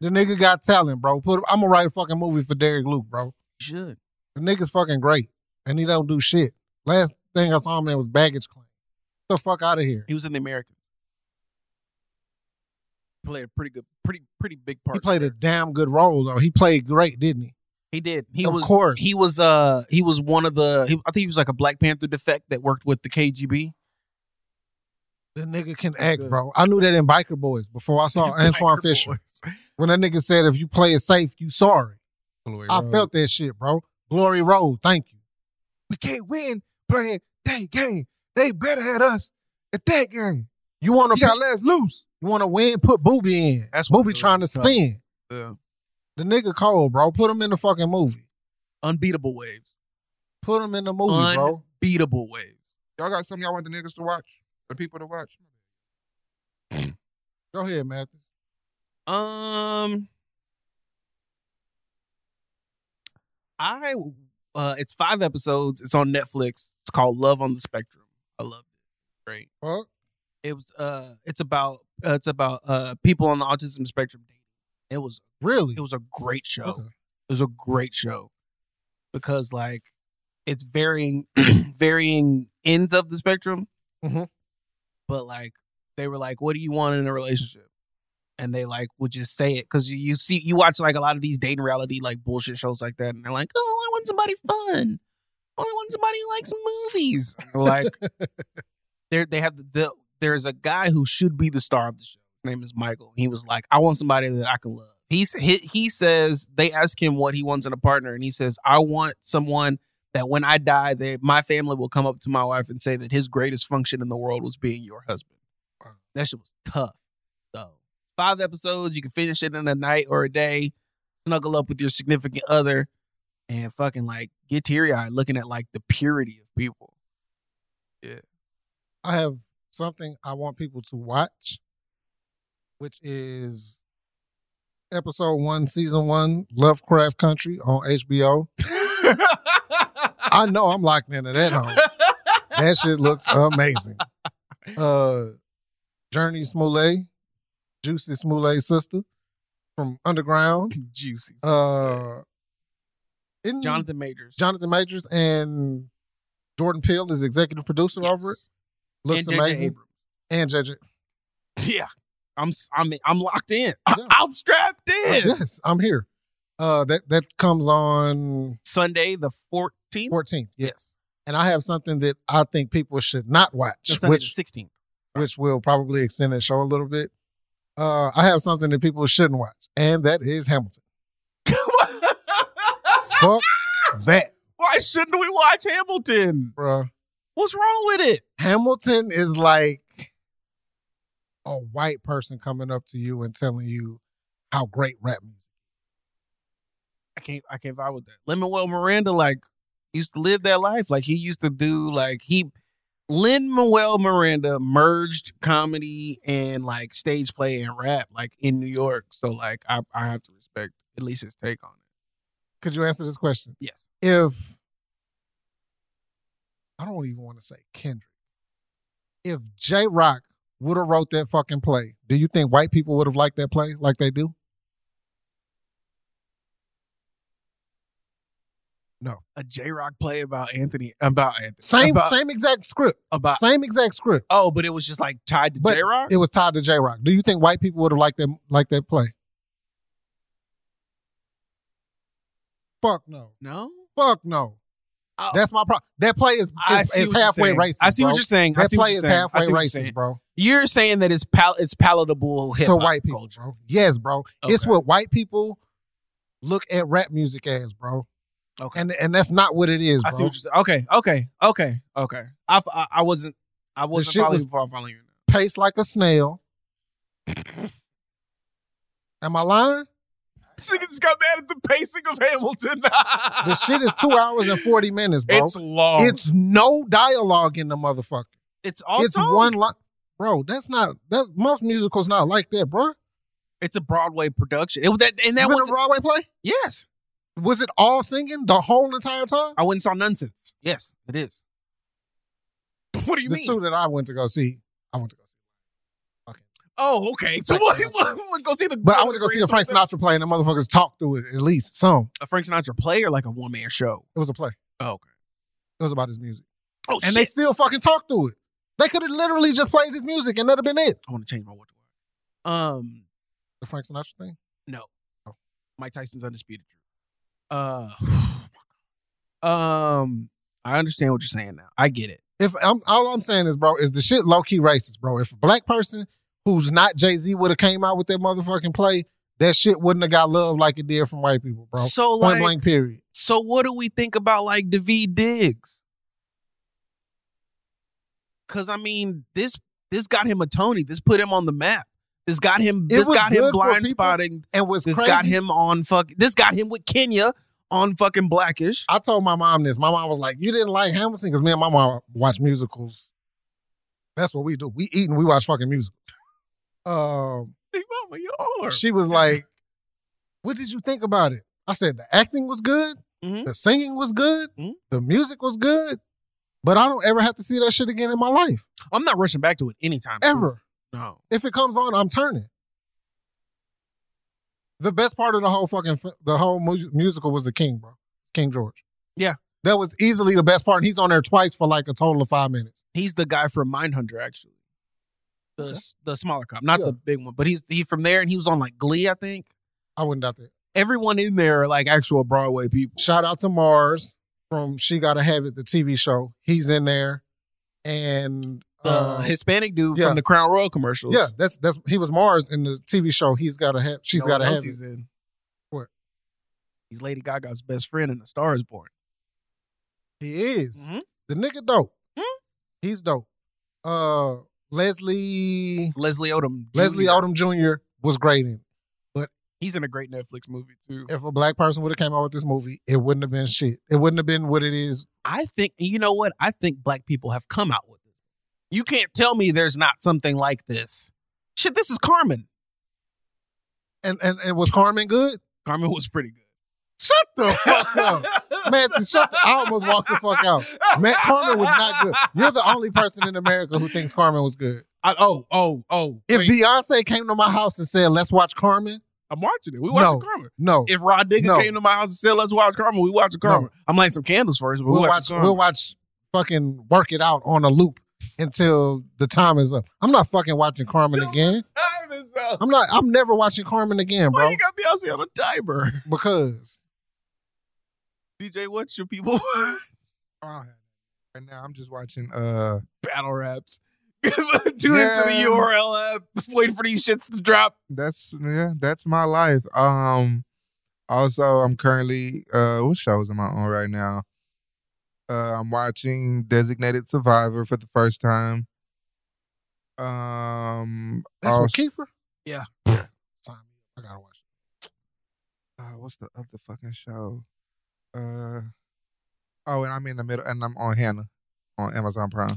Speaker 7: The nigga got talent, bro. Put I'm gonna write a fucking movie for Derek Luke, bro.
Speaker 6: You should.
Speaker 7: The nigga's fucking great, and he don't do shit. Last thing I saw him in was baggage claim. Get the fuck out of here.
Speaker 6: He was in the Americans. Played a pretty good, pretty, pretty big part.
Speaker 7: He played a damn good role though. He played great, didn't he?
Speaker 6: He did. He
Speaker 7: Of
Speaker 6: was.
Speaker 7: course.
Speaker 6: He was. Uh. He was one of the. He, I think he was like a Black Panther defect that worked with the KGB.
Speaker 7: The nigga can
Speaker 6: That's
Speaker 7: act,
Speaker 6: good.
Speaker 7: bro. I knew that in Biker Boys before I
Speaker 6: [LAUGHS]
Speaker 7: saw Antoine
Speaker 6: Biker
Speaker 7: Fisher.
Speaker 6: boys.
Speaker 7: When that nigga said, "If you play it safe, you sorry." I felt that shit, bro. Glory Road, thank you.
Speaker 5: We can't win playing that game. They better had us at that game.
Speaker 7: You want
Speaker 5: You
Speaker 7: to
Speaker 5: got last loose.
Speaker 7: you want to win? Put Booby in.
Speaker 6: That's what
Speaker 7: Booby
Speaker 6: it
Speaker 7: trying to
Speaker 6: was.
Speaker 7: spin.
Speaker 6: Yeah.
Speaker 7: The nigga cold, bro. Put him in the fucking movie.
Speaker 6: Unbeatable waves.
Speaker 7: Put him in the movie, bro.
Speaker 6: Beatable waves.
Speaker 5: Y'all got something y'all want the niggas to watch, the people to watch.
Speaker 7: Go ahead, Matthew.
Speaker 6: Um, I uh, it's five episodes. It's on Netflix. It's called Love on the Spectrum. I loved it. Great.
Speaker 7: Fuck.
Speaker 6: It was uh it's about uh, it's about uh people on the autism spectrum dating. It was
Speaker 7: Really?
Speaker 6: it was a great show.
Speaker 7: Okay.
Speaker 6: It was a great show because like it's varying [CLEARS THROAT] varying ends of the spectrum,
Speaker 7: Mhm.
Speaker 6: but like they were like, "What do you want in a relationship?" And they like would just say it because you, you see you watch like a lot of these dating reality like bullshit shows like that, and they're like, "Oh, I want somebody fun. Oh, I want somebody who likes movies." And we're like they they have the, the there's a guy who should be the star of the show. His name is Michael. He was like, I want somebody that I can love. He s- he, he says they ask him what he wants in a partner, and he says, I want someone that when I die, that my family will come up to my wife and say that his greatest function in the world was being your husband. That shit was tough. So five episodes, you can finish it in a night or a day. Snuggle up with your significant other, and fucking like get teary eyed looking at like the purity of people. [LAUGHS]
Speaker 7: I have something I want people to watch, which is episode one, season one, Lovecraft Country on HBO. I know I'm locked into that home. That shit looks amazing. Uh Journey Smollett, Juicy Smollett's sister from Underground.
Speaker 6: Juicy.
Speaker 7: Uh isn't
Speaker 6: Jonathan Majors.
Speaker 7: Jonathan Majors and Jordan Peele is executive producer over it.
Speaker 6: Yes.
Speaker 7: Looks
Speaker 6: And J.J.
Speaker 7: amazing.
Speaker 6: Abrams.
Speaker 7: And JJ
Speaker 6: Yeah. I'm s- I'm I'm locked in. [LAUGHS]
Speaker 7: Yeah. Oh,
Speaker 6: I, am strapped in.
Speaker 7: Yes, I'm here. Uh, that that comes on
Speaker 6: Sunday the 14th.
Speaker 7: 14th. Yes, and I have something that I think people should not
Speaker 6: No,
Speaker 7: watch,
Speaker 6: Sunday
Speaker 7: which
Speaker 6: the 16th.
Speaker 7: which will probably extend that show a little bit. Uh, I have something that people shouldn't watch, and that is Hamilton. Fuck that,
Speaker 6: [LAUGHS] Why shouldn't we watch Hamilton?
Speaker 7: bro.
Speaker 6: What's wrong with it?
Speaker 7: Hamilton is like a white person coming up to you and telling you how great rap music.
Speaker 6: I can't I can't vibe with that. Lemon Well Miranda like used to live that life. Like he used to do like he Lin Manuel Miranda merged comedy and like stage play and rap like in New York. So like I, I have to respect at least his take on it.
Speaker 7: Could you answer this question?
Speaker 6: Yes.
Speaker 7: if I don't even want to say Kendrick, if J Rock would have wrote that fucking play, do you think white people would have liked that play like they do?
Speaker 6: a J Rock play about Anthony about Anthony.
Speaker 7: Same
Speaker 6: about,
Speaker 7: same exact script,
Speaker 6: about
Speaker 7: same exact script.
Speaker 6: oh, but it was just like tied to
Speaker 7: But
Speaker 6: J Rock.
Speaker 7: It was tied to J Rock. Do you think white people would have liked that like that play? Fuck no.
Speaker 6: No,
Speaker 7: Fuck no.
Speaker 6: Oh.
Speaker 7: That's my problem. That play is,
Speaker 6: I
Speaker 7: is,
Speaker 6: see
Speaker 7: is
Speaker 6: what you're
Speaker 7: halfway
Speaker 6: saying.
Speaker 7: racist.
Speaker 6: I see
Speaker 7: bro.
Speaker 6: what you're saying. I
Speaker 7: That
Speaker 6: see
Speaker 7: play
Speaker 6: what
Speaker 7: is
Speaker 6: you're saying. I
Speaker 7: halfway
Speaker 6: see what you're
Speaker 7: racist,
Speaker 6: saying.
Speaker 7: bro.
Speaker 6: You're saying that it's pal- it's palatable
Speaker 7: to
Speaker 6: hip-hop
Speaker 7: white people,
Speaker 6: culture.
Speaker 7: bro. Yes, bro. It's
Speaker 6: Okay.
Speaker 7: what white people look at rap music as, bro.
Speaker 6: Okay.
Speaker 7: And and that's not what it is,
Speaker 6: I
Speaker 7: bro.
Speaker 6: see what you're saying. Okay, okay, okay, okay. I, f- I, I wasn't I wasn't
Speaker 7: shit
Speaker 6: following
Speaker 7: was-
Speaker 6: before I following you.
Speaker 7: Pace like a snail. Am
Speaker 6: [LAUGHS]
Speaker 7: I lying?
Speaker 6: This nigga just got mad at the pacing of Hamilton.
Speaker 7: The shit
Speaker 6: [LAUGHS]
Speaker 7: is two hours and forty minutes, bro.
Speaker 6: It's
Speaker 7: It's,
Speaker 6: long.
Speaker 7: no dialogue in the motherfucker.
Speaker 6: it's also
Speaker 7: it's one line, bro. That's not that. Most musicals not like that, bro.
Speaker 6: It's a Broadway production. It was that and that
Speaker 7: was
Speaker 6: was
Speaker 7: a Broadway play.
Speaker 6: yes.
Speaker 7: Was it all singing the whole entire time?
Speaker 6: I went and saw nonsense. Yes, it is. [LAUGHS] What do you
Speaker 7: the
Speaker 6: mean?
Speaker 7: two that I went to go see, I went to go see.
Speaker 6: Oh, okay. So
Speaker 7: Frank
Speaker 6: what?
Speaker 7: Sinatra.
Speaker 6: what, [LAUGHS] what go see the.
Speaker 7: But I want to go see the Frank Sinatra play, and the motherfuckers talk through it at least some.
Speaker 6: A Frank Sinatra play or like a one man show.
Speaker 7: It was a play.
Speaker 6: Oh, okay.
Speaker 7: It was about his music,
Speaker 6: Oh
Speaker 7: and they
Speaker 6: shit!
Speaker 7: still fucking talk through it. They could have literally just played his music, and that'd have been it.
Speaker 6: I want to change my word. to word. Um,
Speaker 7: The Frank Sinatra thing.
Speaker 6: Mike Tyson's undisputed [SIGHS] truth. Uh, um, I understand what you're saying now. I get it.
Speaker 7: If I'm all I'm saying is, bro, is the shit low key racist, bro. If a black person who's not Jay Z would have came out with that motherfucking play, that shit wouldn't have got love like it did from white people, bro.
Speaker 6: so
Speaker 7: Point
Speaker 6: like,
Speaker 7: blank, period.
Speaker 6: so what do we think about like David Diggs? Cause I mean, this this got him a Tony. This put him on the map. This got him.
Speaker 7: It
Speaker 6: This
Speaker 7: was
Speaker 6: got him
Speaker 7: good for
Speaker 6: blind
Speaker 7: people.
Speaker 6: spotting.
Speaker 7: And what's
Speaker 6: This
Speaker 7: crazy?
Speaker 6: got him on fuck. This got him with Kenya on fucking Blackish.
Speaker 7: I told my mom this. My mom was like, "You didn't like Hamilton because me and my mom watch musicals. That's what we do. We eat and we watch fucking musicals." [LAUGHS] Um,
Speaker 6: Big Mama, you are.
Speaker 7: she was like, "What did you think about it?" I said, "The acting was good,
Speaker 6: Mhm.
Speaker 7: the singing was good,
Speaker 6: Mhm.
Speaker 7: the music was good, But I don't ever have to see that shit again in my life.
Speaker 6: I'm not rushing back to it anytime. soon.
Speaker 7: Ever.
Speaker 6: No.
Speaker 7: If it comes on, I'm turning. The best part of the whole fucking fi- the whole mu- musical was the King, bro. King George.
Speaker 6: Yeah.
Speaker 7: That was easily the best part. And he's on there twice for like a total of five minutes.
Speaker 6: He's the guy from Mindhunter, actually. The the smaller cop, not
Speaker 7: Yeah.
Speaker 6: the big one, but he's he from there, and he was on like Glee, I think.
Speaker 7: I wouldn't doubt that.
Speaker 6: Everyone in there are like actual Broadway people.
Speaker 7: Shout out to Mars from She Gotta Have It, the TV show. He's in there. And
Speaker 6: The
Speaker 7: uh,
Speaker 6: Hispanic dude
Speaker 7: yeah.
Speaker 6: from the Crown Royal commercials.
Speaker 7: yeah, that's that's he was Mars in the TV show. He's gotta have she's
Speaker 6: She's
Speaker 7: gotta have it.
Speaker 6: he's in.
Speaker 7: What?
Speaker 6: He's Lady Gaga's best friend in The Star Is Born.
Speaker 7: He is.
Speaker 6: Mhm.
Speaker 7: The nigga dope.
Speaker 6: Mhm.
Speaker 7: He's dope. Uh Leslie
Speaker 6: Leslie Odom.
Speaker 7: Leslie
Speaker 6: Jr..
Speaker 7: Odom Jr. was great in. it.
Speaker 6: He's in a great Netflix movie too.
Speaker 7: If a black person would have came out with this movie, it wouldn't have been shit. It wouldn't have been what it is.
Speaker 6: I think you know what? I think black people have come out with it. You can't tell me there's not something like this. Shit, this is Carmen.
Speaker 7: And and, and was Carmen good?
Speaker 6: Carmen was pretty good.
Speaker 7: Shut the
Speaker 6: [LAUGHS]
Speaker 7: fuck up. Matthew, shut the, I almost walked the fuck out. Man, Carmen was not good. You're the only person in America who thinks Carmen was good.
Speaker 6: I, oh, oh, oh.
Speaker 7: If
Speaker 6: wait,
Speaker 7: Beyonce came to my house and said, let's watch Carmen,
Speaker 6: I'm watching it. We watching
Speaker 7: No.
Speaker 6: Carmen.
Speaker 7: no.
Speaker 6: If Rod Digger
Speaker 7: No.
Speaker 6: came to my house and said, "Let's watch Carmen," we watching
Speaker 7: No.
Speaker 6: Carmen. I'm lighting some candles first, but we
Speaker 7: we'll
Speaker 6: watching
Speaker 7: watch
Speaker 6: Carmen.
Speaker 7: we'll watch fucking work it out on a loop until the time is up. I'm not fucking watching Carmen
Speaker 6: Till
Speaker 7: again.
Speaker 6: the [LAUGHS] Time is up.
Speaker 7: I'm not I'm never watching Carmen again,
Speaker 6: Why
Speaker 7: bro.
Speaker 6: you got Beyonce on a timer? [LAUGHS]
Speaker 7: Because
Speaker 6: DJ, what's your people? [LAUGHS]
Speaker 5: Right now, I'm just watching. Uh,
Speaker 6: Battle raps. [LAUGHS] Tune into the
Speaker 5: Yeah.
Speaker 6: URL app. [LAUGHS] Wait for these shits to drop.
Speaker 5: that's yeah, that's my life. Um, also, I'm currently uh, what shows am I on right now? Uh, I'm watching Designated Survivor for the first time. Um,
Speaker 7: that's
Speaker 5: also-
Speaker 7: with Kiefer.
Speaker 6: Yeah.
Speaker 7: Sign me up. I gotta watch. it.
Speaker 5: uh, what's the other fucking show? Uh, oh, and I'm in the middle, and I'm on Hannah on Amazon Prime.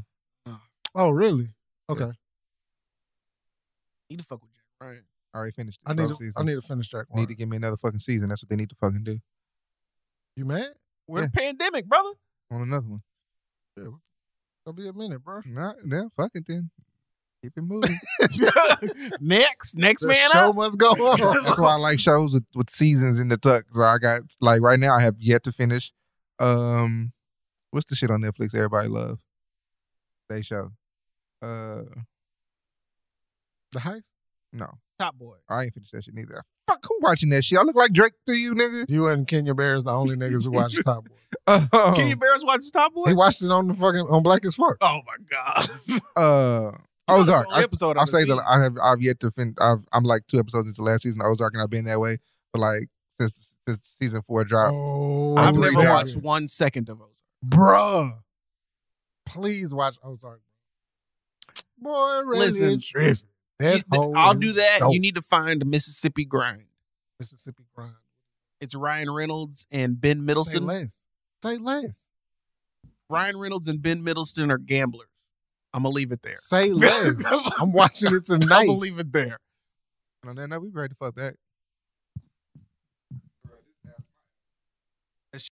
Speaker 7: Oh really? Okay.
Speaker 6: Need to fuck with Jack Ryan.
Speaker 5: I already finished. it,
Speaker 7: I need
Speaker 5: both
Speaker 7: to, I
Speaker 5: seasons.
Speaker 7: need to finish Jack.
Speaker 5: Need
Speaker 7: Ryan.
Speaker 5: to give me another fucking season. That's what they need to fucking do
Speaker 7: you mad?
Speaker 6: We're
Speaker 5: Yeah.
Speaker 6: in pandemic, brother. [LAUGHS]
Speaker 5: on another one.
Speaker 7: It'll be a minute, bro.
Speaker 5: Nah, nah, fuck it then. Keep it
Speaker 7: [LAUGHS]
Speaker 5: moving.
Speaker 6: next, next
Speaker 7: The
Speaker 6: man
Speaker 7: show
Speaker 6: up.
Speaker 7: must
Speaker 6: [LAUGHS]
Speaker 7: go on.
Speaker 5: That's why I like shows with, with seasons in the tuck. So I got like right now I have yet to finish. Um, what's the shit on Netflix? Everybody love. They show. Uh,
Speaker 7: the heist?
Speaker 5: no,
Speaker 6: Top boy.
Speaker 5: I ain't finished that shit neither. Fuck, who watching that shit? I look like Drake to you, nigga. [LAUGHS]
Speaker 7: You and Kenya Bear is the only niggas
Speaker 6: [LAUGHS]
Speaker 7: who watch Top Boy.
Speaker 5: Um,
Speaker 6: Can you Barris watch Top Boy?
Speaker 7: He watched it on the fucking on Black as Fuck.
Speaker 6: oh my god. [LAUGHS]
Speaker 5: uh, Ozark. I,
Speaker 6: episode
Speaker 5: I'm saying
Speaker 6: the
Speaker 5: that I have I've yet to fin. I've, I'm like two episodes into last season of Ozark, and I've been that way for like since since season four dropped.
Speaker 7: Oh,
Speaker 6: I've
Speaker 5: three
Speaker 6: never
Speaker 5: down.
Speaker 6: watched one second of Ozark.
Speaker 7: Bruh. Please watch Ozark. Boy, Randy
Speaker 6: Listen.
Speaker 7: tripping. That
Speaker 6: You-
Speaker 7: hoe
Speaker 6: I'll
Speaker 7: is
Speaker 6: do that.
Speaker 7: dope.
Speaker 6: You need to find Mississippi Grind.
Speaker 7: Mississippi grind.
Speaker 6: It's Ryan Reynolds and Ben
Speaker 7: Say
Speaker 6: Middleton.
Speaker 7: less. Say less.
Speaker 6: Ryan Reynolds and Ben Middleton are gamblers. I'm gonna leave it [LAUGHS] there.
Speaker 7: Say less. I'm watching it
Speaker 6: I'm [LAUGHS]
Speaker 7: tonight.
Speaker 6: gonna leave it there.
Speaker 5: No, no, no, we ready to fuck back.